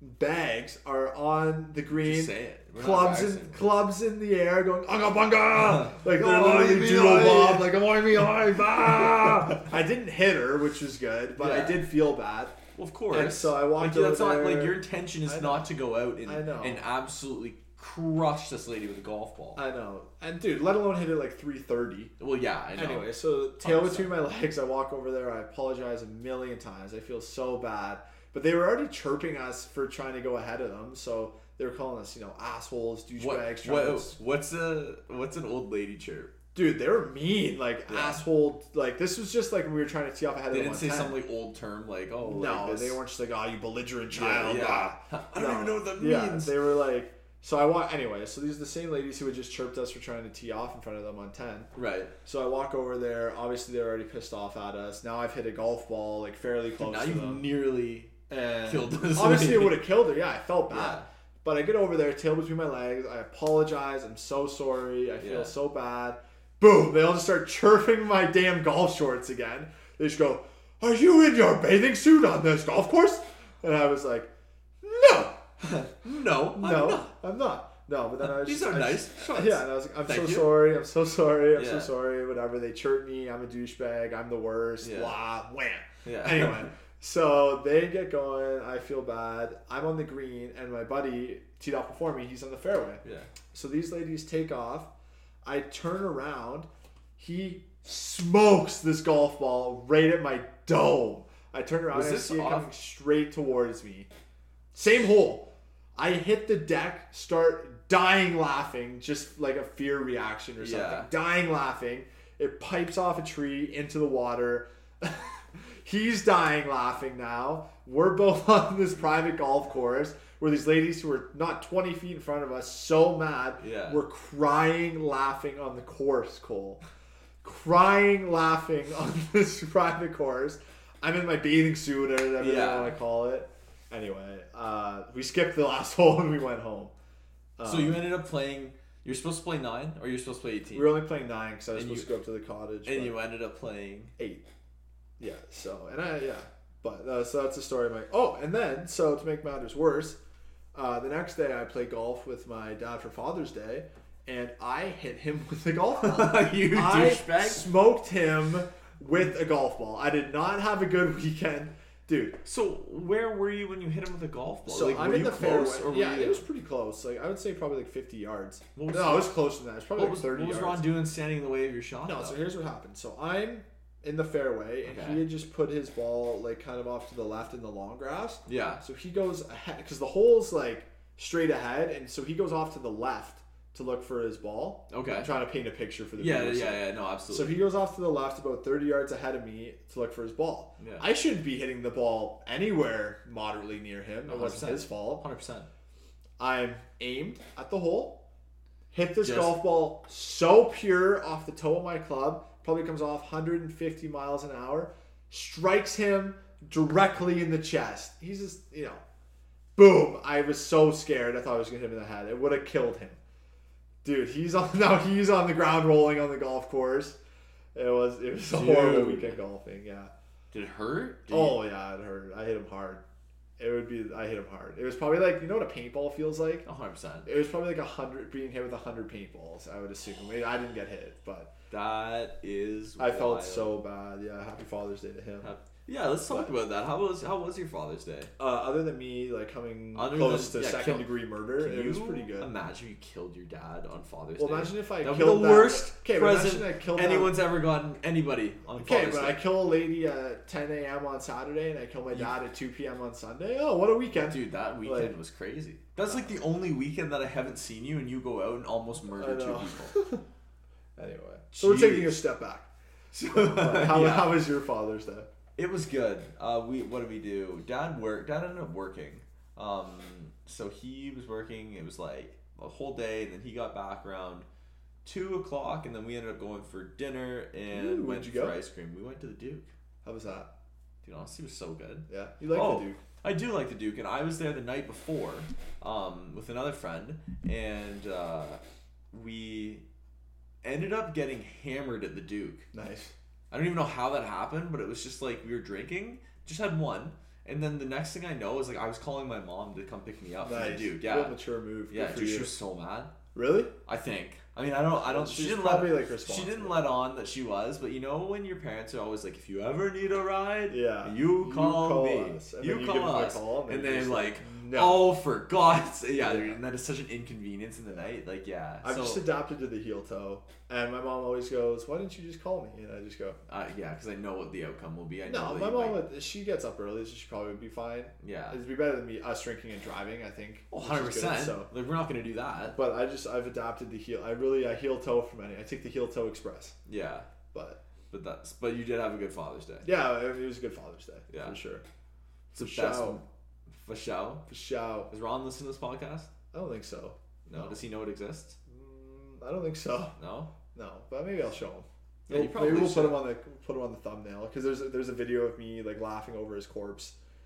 Speaker 4: bags are on the green.
Speaker 5: Just say it. We're not
Speaker 4: clubs in
Speaker 5: embarrassing.
Speaker 4: clubs in the air going unga bunga like they're
Speaker 5: Oh,
Speaker 4: literally
Speaker 5: me,
Speaker 4: duo
Speaker 5: oh,
Speaker 4: bob
Speaker 5: yeah.
Speaker 4: like "Oh, me, oh, me, ah." I didn't hit her which was good but
Speaker 5: Yeah.
Speaker 4: I did feel bad
Speaker 5: Well, of course.
Speaker 4: And so I walked
Speaker 5: like, that's
Speaker 4: over
Speaker 5: not like
Speaker 4: there.
Speaker 5: your intention is
Speaker 4: I know.
Speaker 5: not to go out and,
Speaker 4: I know.
Speaker 5: and absolutely crush this lady with a golf ball.
Speaker 4: I know and dude let alone hit it like 330
Speaker 5: well, yeah, I know.
Speaker 4: Anyway, so tail
Speaker 5: 100%.
Speaker 4: between my legs, I walk over there. I apologize a million times. I feel so bad. But they were already chirping us for trying to go ahead of them. So they were calling us, you know, assholes, douchebags.
Speaker 5: what,
Speaker 4: trying to-
Speaker 5: what, what's a what's an old lady chirp?
Speaker 4: Dude, they were mean, like asshole. Like this was just like when we were trying to tee off ahead
Speaker 5: They
Speaker 4: of them.
Speaker 5: didn't
Speaker 4: on
Speaker 5: say
Speaker 4: 10.
Speaker 5: some like old term like oh
Speaker 4: No,
Speaker 5: like this-
Speaker 4: they weren't just like, oh, you belligerent
Speaker 5: Yeah,
Speaker 4: child.
Speaker 5: yeah.
Speaker 4: ah."
Speaker 5: I don't even know what that
Speaker 4: Yeah,
Speaker 5: means.
Speaker 4: they were like, so I want anyway. So these are the same ladies who had just chirped us for trying to tee off in front of them on ten.
Speaker 5: right.
Speaker 4: So I walk over there. Obviously, they're already pissed off at us. Now I've hit a golf ball like fairly close
Speaker 5: Now
Speaker 4: to
Speaker 5: you
Speaker 4: them.
Speaker 5: nearly
Speaker 4: and
Speaker 5: killed this
Speaker 4: obviously,
Speaker 5: lady.
Speaker 4: it would have killed her. Yeah, I felt bad.
Speaker 5: Yeah.
Speaker 4: But I get over there, tail between my legs. I apologize. I'm so sorry. I feel
Speaker 5: Yeah.
Speaker 4: so bad. Boom! They all just start chirping my damn golf shorts again. They just go, "Are you in your bathing suit on this golf course?" And I was like, "No,
Speaker 5: no
Speaker 4: no,
Speaker 5: I'm not.
Speaker 4: I'm not." No, but then I was
Speaker 5: These
Speaker 4: just-
Speaker 5: are
Speaker 4: I
Speaker 5: nice
Speaker 4: just-
Speaker 5: shorts.
Speaker 4: Yeah, and I was like, I'm
Speaker 5: Thank
Speaker 4: so
Speaker 5: you.
Speaker 4: sorry, I'm so sorry, I'm
Speaker 5: Yeah.
Speaker 4: so sorry, whatever. They chirp me, I'm a douchebag, I'm the worst,
Speaker 5: Yeah.
Speaker 4: blah, wham.
Speaker 5: Yeah.
Speaker 4: Anyway, so they get going, I feel bad. I'm on the green, and my buddy teed off before me, he's on the fairway.
Speaker 5: Yeah.
Speaker 4: So these ladies take off. I turn around. He smokes this golf ball right at my dome. I turn around
Speaker 5: Was
Speaker 4: and I
Speaker 5: this
Speaker 4: see it
Speaker 5: off-
Speaker 4: coming straight towards me. Same hole. I hit the deck, start dying laughing, just like a fear reaction or something.
Speaker 5: Yeah.
Speaker 4: Dying laughing. It pipes off a tree into the water. He's dying laughing now. We're both on this private golf course where these ladies who were not 20 feet in front of us, so mad,
Speaker 5: Yeah.
Speaker 4: were crying laughing on the course, Cole crying laughing on this private course. I'm in my bathing suit or whatever
Speaker 5: Yeah.
Speaker 4: you want to call it. Anyway, uh, we skipped the last hole and we went home.
Speaker 5: so
Speaker 4: Um,
Speaker 5: you ended up playing. You're supposed to play nine, or you're supposed to play eighteen,
Speaker 4: We were only playing nine because I was
Speaker 5: And
Speaker 4: supposed
Speaker 5: you-
Speaker 4: to go up to the cottage.
Speaker 5: and
Speaker 4: but
Speaker 5: you ended up playing.
Speaker 4: eight. Yeah. So and I yeah, but uh, so that's the story of my. Oh, and then so to make matters worse, uh, the next day I play golf with my dad for Father's Day, and I hit him with a golf ball.
Speaker 5: You
Speaker 4: I
Speaker 5: douchebag.
Speaker 4: smoked him with a golf ball. I did not have a good weekend, dude.
Speaker 5: So where were you when you hit him with a golf ball?
Speaker 4: So
Speaker 5: like,
Speaker 4: I'm
Speaker 5: were
Speaker 4: in the
Speaker 5: you close,
Speaker 4: fairway.
Speaker 5: or were
Speaker 4: yeah,
Speaker 5: you,
Speaker 4: it was pretty close. Like I would say probably like 50 yards.
Speaker 5: What was-
Speaker 4: no, it was closer than that. It's probably
Speaker 5: What
Speaker 4: like
Speaker 5: was,
Speaker 4: 30
Speaker 5: what was
Speaker 4: yards.
Speaker 5: Ron doing standing in the way of your shot?
Speaker 4: No, so
Speaker 5: though?
Speaker 4: here's what happened. So I'm in the fairway, and
Speaker 5: Okay.
Speaker 4: he had just put his ball like kind of off to the left in the long grass.
Speaker 5: Yeah.
Speaker 4: So he goes ahead because the hole's like straight ahead, and so he goes off to the left to look for his ball.
Speaker 5: Okay.
Speaker 4: I'm trying to paint a picture for the
Speaker 5: Yeah, yeah,
Speaker 4: viewers.
Speaker 5: yeah, No,
Speaker 4: So
Speaker 5: absolutely.
Speaker 4: he goes off to the left about 30 yards ahead of me to look for his ball.
Speaker 5: Yeah.
Speaker 4: I shouldn't be hitting the ball anywhere moderately near him. It wasn't
Speaker 5: 100%.
Speaker 4: his fault.
Speaker 5: Hundred percent.
Speaker 4: I'm aimed at the hole, hit this
Speaker 5: Yes.
Speaker 4: golf ball so pure off the toe of my club, probably comes off 150 miles an hour, strikes him directly in the chest. He's just, you know, boom. I was so scared. I thought I was going to hit him in the head. It would have killed him. Dude, he's on now. He's on the ground rolling on the golf course. It was it was a horrible
Speaker 5: Dude.
Speaker 4: weekend golfing. Yeah.
Speaker 5: Did it hurt? Did
Speaker 4: Oh yeah, it hurt. I hit him hard. It would be I hit him hard. It was probably like you know what a paintball feels like.
Speaker 5: One hundred percent.
Speaker 4: It was probably like a hundred being hit with a hundred paintballs. I would assume. I, mean, I didn't get hit, but
Speaker 5: That is.
Speaker 4: I felt
Speaker 5: wild.
Speaker 4: so bad. Yeah, Happy Father's Day to him.
Speaker 5: Yeah, let's talk about that. How was how was your Father's Day?
Speaker 4: Uh, other than me, like coming
Speaker 5: Other
Speaker 4: close
Speaker 5: than-
Speaker 4: to
Speaker 5: yeah,
Speaker 4: second
Speaker 5: kill-
Speaker 4: degree murder,
Speaker 5: Can
Speaker 4: it was
Speaker 5: you
Speaker 4: pretty good.
Speaker 5: Imagine you killed your dad on Father's
Speaker 4: Well,
Speaker 5: Day.
Speaker 4: imagine if I
Speaker 5: That'd be
Speaker 4: killed
Speaker 5: the
Speaker 4: that-
Speaker 5: worst
Speaker 4: Okay, but imagine
Speaker 5: present
Speaker 4: I killed that-
Speaker 5: anyone's ever gotten anybody on
Speaker 4: Okay,
Speaker 5: Father's
Speaker 4: but
Speaker 5: Day.
Speaker 4: I kill a lady at 10 a.m. on Saturday and I kill my dad at 2 p.m. on Sunday. Oh, what a weekend!
Speaker 5: Dude, that weekend
Speaker 4: Like-
Speaker 5: was crazy. That's like the only weekend that I haven't seen you, and you go out and almost murder two
Speaker 4: know.
Speaker 5: people.
Speaker 4: Anyway, so we're taking a step back. But how,
Speaker 5: Yeah.
Speaker 4: how was your Father's Day?
Speaker 5: It was good. Uh, we what did we do? Dad worked. Dad ended up working. Um, so he was working. It was like a whole day, and then he got back around two o'clock, and then we ended up going for dinner and
Speaker 4: Ooh, where'd
Speaker 5: went
Speaker 4: you
Speaker 5: for
Speaker 4: go?
Speaker 5: ice cream. We went to the Duke.
Speaker 4: How was that?
Speaker 5: Dude, honestly, it was so good.
Speaker 4: Yeah, you like
Speaker 5: oh,
Speaker 4: the Duke.
Speaker 5: I do like the Duke, and I was there the night before um, with another friend, and uh, we ended up getting hammered at the Duke.
Speaker 4: Nice.
Speaker 5: I don't even know how that happened, but it was just like we were drinking, just had one, and then the next thing I know is like I was calling my mom to come pick me up.
Speaker 4: Nice.
Speaker 5: Nice. Dude,
Speaker 4: Real
Speaker 5: yeah,
Speaker 4: mature move. Good
Speaker 5: yeah,
Speaker 4: for
Speaker 5: dude,
Speaker 4: you.
Speaker 5: she was so mad.
Speaker 4: Really?
Speaker 5: I think. I mean, I don't. I don't. she
Speaker 4: She's
Speaker 5: didn't
Speaker 4: probably,
Speaker 5: let.
Speaker 4: like,
Speaker 5: she
Speaker 4: responsible.
Speaker 5: didn't let on that she was. But you know, when your parents are always like, "If you ever need a ride,
Speaker 4: Yeah.
Speaker 5: you
Speaker 4: You
Speaker 5: call,
Speaker 4: call
Speaker 5: me.
Speaker 4: us." And
Speaker 5: You,
Speaker 4: then you
Speaker 5: call
Speaker 4: give them a
Speaker 5: us."
Speaker 4: call, and
Speaker 5: and,
Speaker 4: they're
Speaker 5: then
Speaker 4: just
Speaker 5: like,
Speaker 4: like, "No."
Speaker 5: oh, for God's sake, yeah, dude,
Speaker 4: Yeah.
Speaker 5: and that is such an inconvenience in the night. Like, yeah.
Speaker 4: I've
Speaker 5: so,
Speaker 4: just adapted to the heel toe, and my mom always goes, "Why didn't you just call me?" And I just go,
Speaker 5: uh, yeah, because I know what the outcome will be. I know
Speaker 4: "No,
Speaker 5: that
Speaker 4: my
Speaker 5: you
Speaker 4: mom.
Speaker 5: might-
Speaker 4: would she gets up early, so she probably would be fine.
Speaker 5: Yeah.
Speaker 4: it'd be better than me us drinking and driving. I think.
Speaker 5: Oh,
Speaker 4: which is
Speaker 5: 100
Speaker 4: good,
Speaker 5: percent.
Speaker 4: So,
Speaker 5: Like, we're not gonna do that.
Speaker 4: but I just I've adapted the heel. I really I heel toe from any. I take the heel toe express.
Speaker 5: Yeah.
Speaker 4: But
Speaker 5: But that's. But you did have a good Father's Day.
Speaker 4: yeah, it it was a good Father's Day.
Speaker 5: Yeah.
Speaker 4: for sure.
Speaker 5: It's the best.
Speaker 4: Shout,
Speaker 5: For show.
Speaker 4: shout.
Speaker 5: Is Ron listening to this podcast?
Speaker 4: I don't think so.
Speaker 5: no. Does he know it exists?
Speaker 4: I don't think so.
Speaker 5: No.
Speaker 4: No, but maybe I'll show him.
Speaker 5: Yeah, you
Speaker 4: Maybe-
Speaker 5: probably
Speaker 4: maybe we'll
Speaker 5: should.
Speaker 4: put him on the put him on the thumbnail because there's there's a video of me like laughing over his corpse. Uh,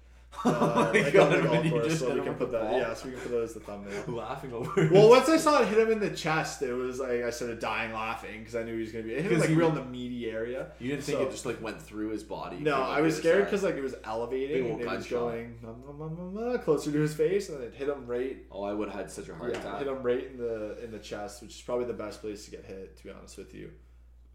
Speaker 5: Oh my
Speaker 4: like,
Speaker 5: God,
Speaker 4: on the
Speaker 5: when
Speaker 4: golf
Speaker 5: you
Speaker 4: course,
Speaker 5: just
Speaker 4: so
Speaker 5: hit
Speaker 4: we
Speaker 5: him
Speaker 4: can
Speaker 5: with
Speaker 4: put
Speaker 5: the
Speaker 4: that.
Speaker 5: ball.
Speaker 4: Yeah, so we can put that as the thumbnail.
Speaker 5: laughing over.
Speaker 4: well, once I saw it hit him in the chest, it was like I started dying laughing because I knew he was gonna be. It hit him
Speaker 5: 'Cause
Speaker 4: like
Speaker 5: you-
Speaker 4: real in the meaty area.
Speaker 5: you didn't think
Speaker 4: so-
Speaker 5: it just like went through his body?
Speaker 4: No,
Speaker 5: came out
Speaker 4: I
Speaker 5: the
Speaker 4: was
Speaker 5: other
Speaker 4: scared
Speaker 5: side?
Speaker 4: because like it was elevating
Speaker 5: Big
Speaker 4: and
Speaker 5: old
Speaker 4: it was
Speaker 5: gunshot.
Speaker 4: going "Ma, ma, ma, ma, ma," closer to his face, and it hit him right.
Speaker 5: oh, I would have had such a heart
Speaker 4: Yeah,
Speaker 5: attack.
Speaker 4: hit him right in the in the chest, which is probably the best place to get hit. To be honest with you,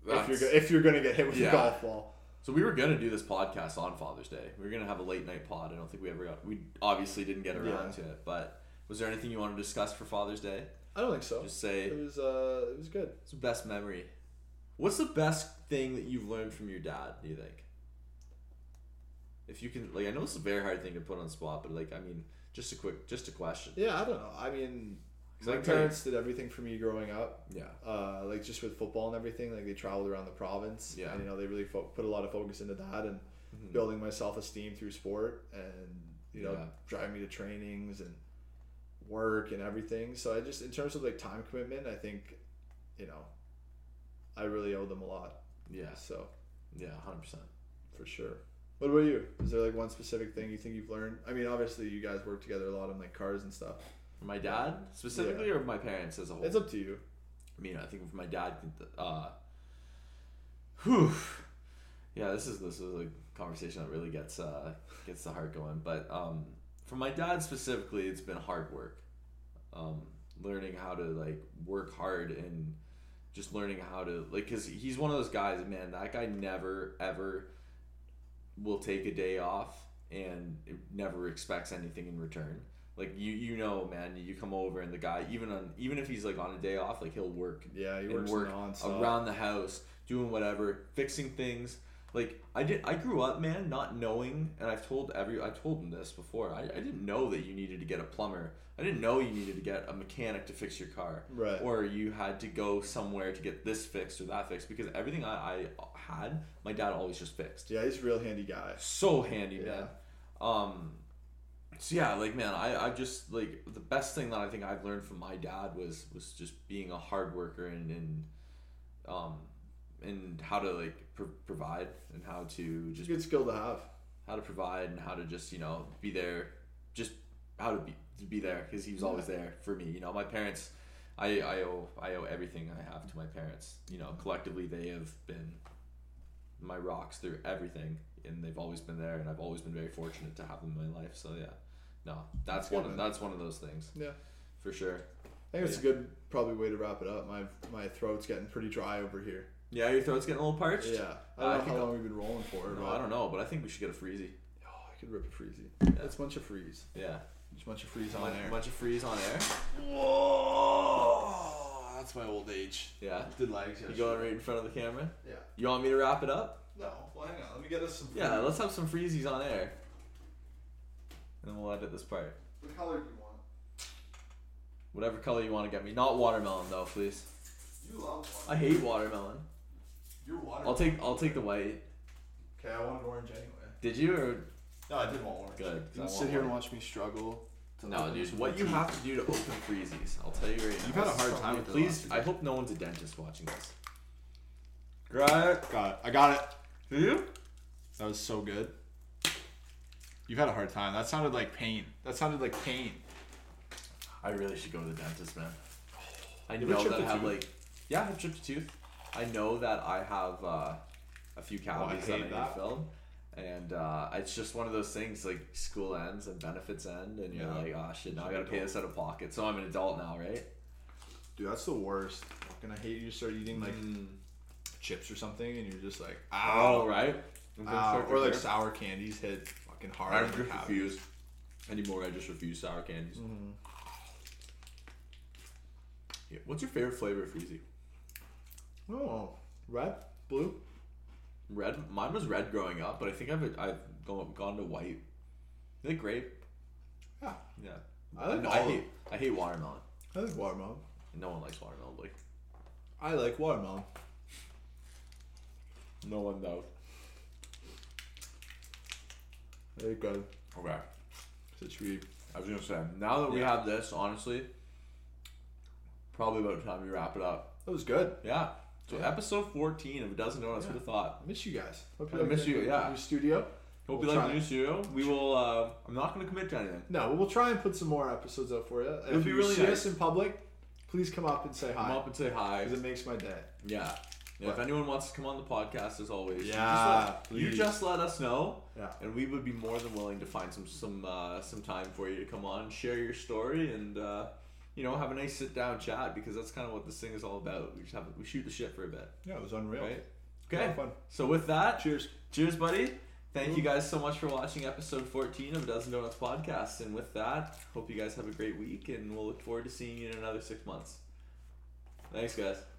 Speaker 4: if you're
Speaker 5: That's-
Speaker 4: go- if you're gonna get hit with
Speaker 5: Yeah.
Speaker 4: a golf ball.
Speaker 5: so we were gonna do this podcast on Father's Day. We were gonna have a late night pod. I don't think we ever got. We obviously didn't get around to it. But was there anything you want to discuss for Father's Day?
Speaker 4: I don't think so.
Speaker 5: Just say-
Speaker 4: it was uh, it was good.
Speaker 5: What's the best memory? What's the best thing that you've learned from your dad? Do you think? If you can, like, I know it's a very hard thing to put on the spot, but like, I mean, Just a quick, just a question.
Speaker 4: Yeah, I don't know. I mean, my
Speaker 5: like,
Speaker 4: parents did everything for me growing up.
Speaker 5: Yeah.
Speaker 4: Uh, like just with football and everything, like they traveled around the province.
Speaker 5: Yeah. Mm-hmm.
Speaker 4: And, you know, they really fo- put a lot of focus into that and building my self esteem through sport and, you know,
Speaker 5: Yeah.
Speaker 4: driving me to trainings and work and everything. So I just, in terms of like time commitment, I think, you know, I really owe them a lot.
Speaker 5: Yeah,
Speaker 4: So
Speaker 5: yeah, hundred percent.
Speaker 4: for sure. What about you? Is there like one specific thing you think you've learned? I mean, obviously you guys work together a lot on like cars and stuff.
Speaker 5: My dad specifically, or my parents as a whole.
Speaker 4: It's up to you.
Speaker 5: I mean, I think for my dad, uh, whew, yeah, this is this is a conversation that really gets uh, gets the heart going. But um, for my dad specifically, it's been hard work, um, learning how to like work hard and just learning how to like, cause he's one of those guys, man. That guy never ever will take a day off and never expects anything in return. Like you, you know, man, you come over and the guy, even on, even if he's like on a day off, like he'll work
Speaker 4: Yeah, he
Speaker 5: and
Speaker 4: works
Speaker 5: work
Speaker 4: nonstop.
Speaker 5: around the house, doing whatever, fixing things. Like I did, I grew up, man, not knowing, and I've told every, I told him this before. I, I didn't know that you needed to get a plumber. I didn't know you needed to get a mechanic to fix your car,
Speaker 4: Right.
Speaker 5: Or you had to go somewhere to get this fixed or that fixed because everything I, I had, my dad always just fixed
Speaker 4: Yeah, he's a real handy guy.
Speaker 5: so handy man
Speaker 4: Yeah.
Speaker 5: um so yeah like man I, I just like the best thing that i think i've learned from my dad was was just being a hard worker and and um and how to like pr- provide and how to
Speaker 4: It's
Speaker 5: just
Speaker 4: a good skill to have.
Speaker 5: how to provide and how to just you know be there just how to be to be there because he was always there for me you know my parents I, I owe I owe everything I have to my parents you know collectively they have been my rocks through everything and they've always been there and I've always been very fortunate to have them in my life so yeah no that's
Speaker 4: good,
Speaker 5: one of,
Speaker 4: man.
Speaker 5: that's one of those things
Speaker 4: Yeah.
Speaker 5: for sure
Speaker 4: I think it's a good probably way to wrap it up. My my throat's getting pretty dry over here.
Speaker 5: yeah your throat's getting a little parched
Speaker 4: Yeah. I
Speaker 5: uh, I
Speaker 4: don't know
Speaker 5: think
Speaker 4: how
Speaker 5: I'll-
Speaker 4: long we've been rolling for,
Speaker 5: No,
Speaker 4: but
Speaker 5: I don't know but I think we should get a freezy
Speaker 4: Oh, I could rip a freezy. Let's munch a freeze.
Speaker 5: yeah
Speaker 4: Just munch a freeze on
Speaker 5: bunch,
Speaker 4: air.
Speaker 5: bunch of freeze on air
Speaker 6: Whoa! That's my old age.
Speaker 5: yeah
Speaker 6: Did legs
Speaker 5: you going right in front of the camera
Speaker 4: Yeah.
Speaker 5: you want me to wrap it up
Speaker 4: No. Well, hang on. Let me get us some.
Speaker 5: Yeah, let's have some freezies on air. And then we'll edit this part.
Speaker 4: What color do you want?
Speaker 5: Whatever color you want to get me. Not watermelon though, please.
Speaker 4: You love
Speaker 5: I hate watermelon.
Speaker 4: Your water.
Speaker 5: I'll take I'll take the white.
Speaker 4: okay, I wanted orange anyway.
Speaker 5: Did you or
Speaker 4: No, I did want orange.
Speaker 5: good? 'cause I
Speaker 6: You can
Speaker 5: want
Speaker 6: sit here and
Speaker 5: white.
Speaker 6: watch me struggle. to
Speaker 5: No,
Speaker 6: open
Speaker 5: dude.
Speaker 6: this
Speaker 5: What you
Speaker 6: teeth.
Speaker 5: have to do to open freezies, I'll tell you right now.
Speaker 6: You've had a hard time with it
Speaker 5: Please,
Speaker 6: last
Speaker 5: I hope no one's a dentist watching this. Right?
Speaker 6: Got it. I got it.
Speaker 5: Do you?
Speaker 6: That was so good. You've had a hard time. That sounded like pain. That sounded like pain.
Speaker 5: I really should go to the dentist, man. I
Speaker 6: ever
Speaker 5: know
Speaker 6: chipped
Speaker 5: that I
Speaker 6: a
Speaker 5: have
Speaker 6: tooth?
Speaker 5: like, yeah, I've chipped a tooth. I know that I have uh, a few cavities that I
Speaker 6: hate
Speaker 5: need
Speaker 6: that.
Speaker 5: to fill, and uh, it's just one of those things. Like school ends and benefits end, and you're
Speaker 6: Yeah.
Speaker 5: like, oh shit, now I
Speaker 4: You're
Speaker 5: gotta
Speaker 4: an
Speaker 5: pay this out of pocket. So I'm an adult now, right?
Speaker 4: Dude, that's the worst. Fucking, I hate you start eating like
Speaker 6: Mm.
Speaker 4: chips or something, and you're just like,
Speaker 5: Oh,
Speaker 4: ow,
Speaker 5: right.
Speaker 4: ow. or like sour candies hit fucking hard.
Speaker 5: I
Speaker 4: on
Speaker 5: just
Speaker 4: your palate.
Speaker 5: refuse anymore. I just refuse sour candies. Yeah. What's your favorite flavor of freezy?
Speaker 4: Oh, red, blue.
Speaker 5: Red. Mine was red growing up, but I think I've I've gone, gone to white. You like grape?
Speaker 4: Yeah,
Speaker 5: Yeah.
Speaker 4: I like
Speaker 5: I
Speaker 4: all
Speaker 5: hate I hate watermelon.
Speaker 4: I like watermelon.
Speaker 5: And no one likes watermelon. Like
Speaker 4: I like watermelon.
Speaker 5: no one does.
Speaker 4: Very good.
Speaker 5: Okay.
Speaker 4: It's a treat.
Speaker 5: I was gonna say now that we have this, honestly, probably about time we wrap it up.
Speaker 4: That was good.
Speaker 5: Yeah. So episode fourteen of a dozen donuts. Who'd have thought?
Speaker 4: I miss you guys. Hope
Speaker 5: I miss
Speaker 4: the-
Speaker 5: you, yeah.
Speaker 4: New studio. We'll
Speaker 5: Hope you like
Speaker 4: try
Speaker 5: the
Speaker 4: it.
Speaker 5: new studio. We will. Uh, I'm not gonna commit to anything.
Speaker 4: No, we'll try and put some more episodes up for you. if
Speaker 5: be
Speaker 4: you
Speaker 5: really
Speaker 4: see
Speaker 5: nice.
Speaker 4: us in public, please come up and say
Speaker 5: Come
Speaker 4: hi.
Speaker 5: up and say hi.
Speaker 4: Because it makes my day.
Speaker 5: Yeah. Yeah, if
Speaker 4: What?
Speaker 5: anyone wants to come on the podcast, as always,
Speaker 4: Yeah,
Speaker 5: you, just let, you
Speaker 4: please.
Speaker 5: just let us know,
Speaker 4: Yeah.
Speaker 5: and we would be more than willing to find some some uh, some time for you to come on, share your story, and uh, you know have a nice sit down chat because that's kind of what this thing is all about. We just have we shoot the shit for a bit,
Speaker 4: Yeah, it was unreal.
Speaker 5: right?
Speaker 4: Yeah,
Speaker 5: Okay.
Speaker 4: fun.
Speaker 5: So with that,
Speaker 4: Cheers.
Speaker 5: cheers, buddy. Thank you guys so much for watching episode 14 of Dozen Donuts podcast. And with that, hope you guys have a great week, and we'll look forward to seeing you in another six months. Thanks, guys.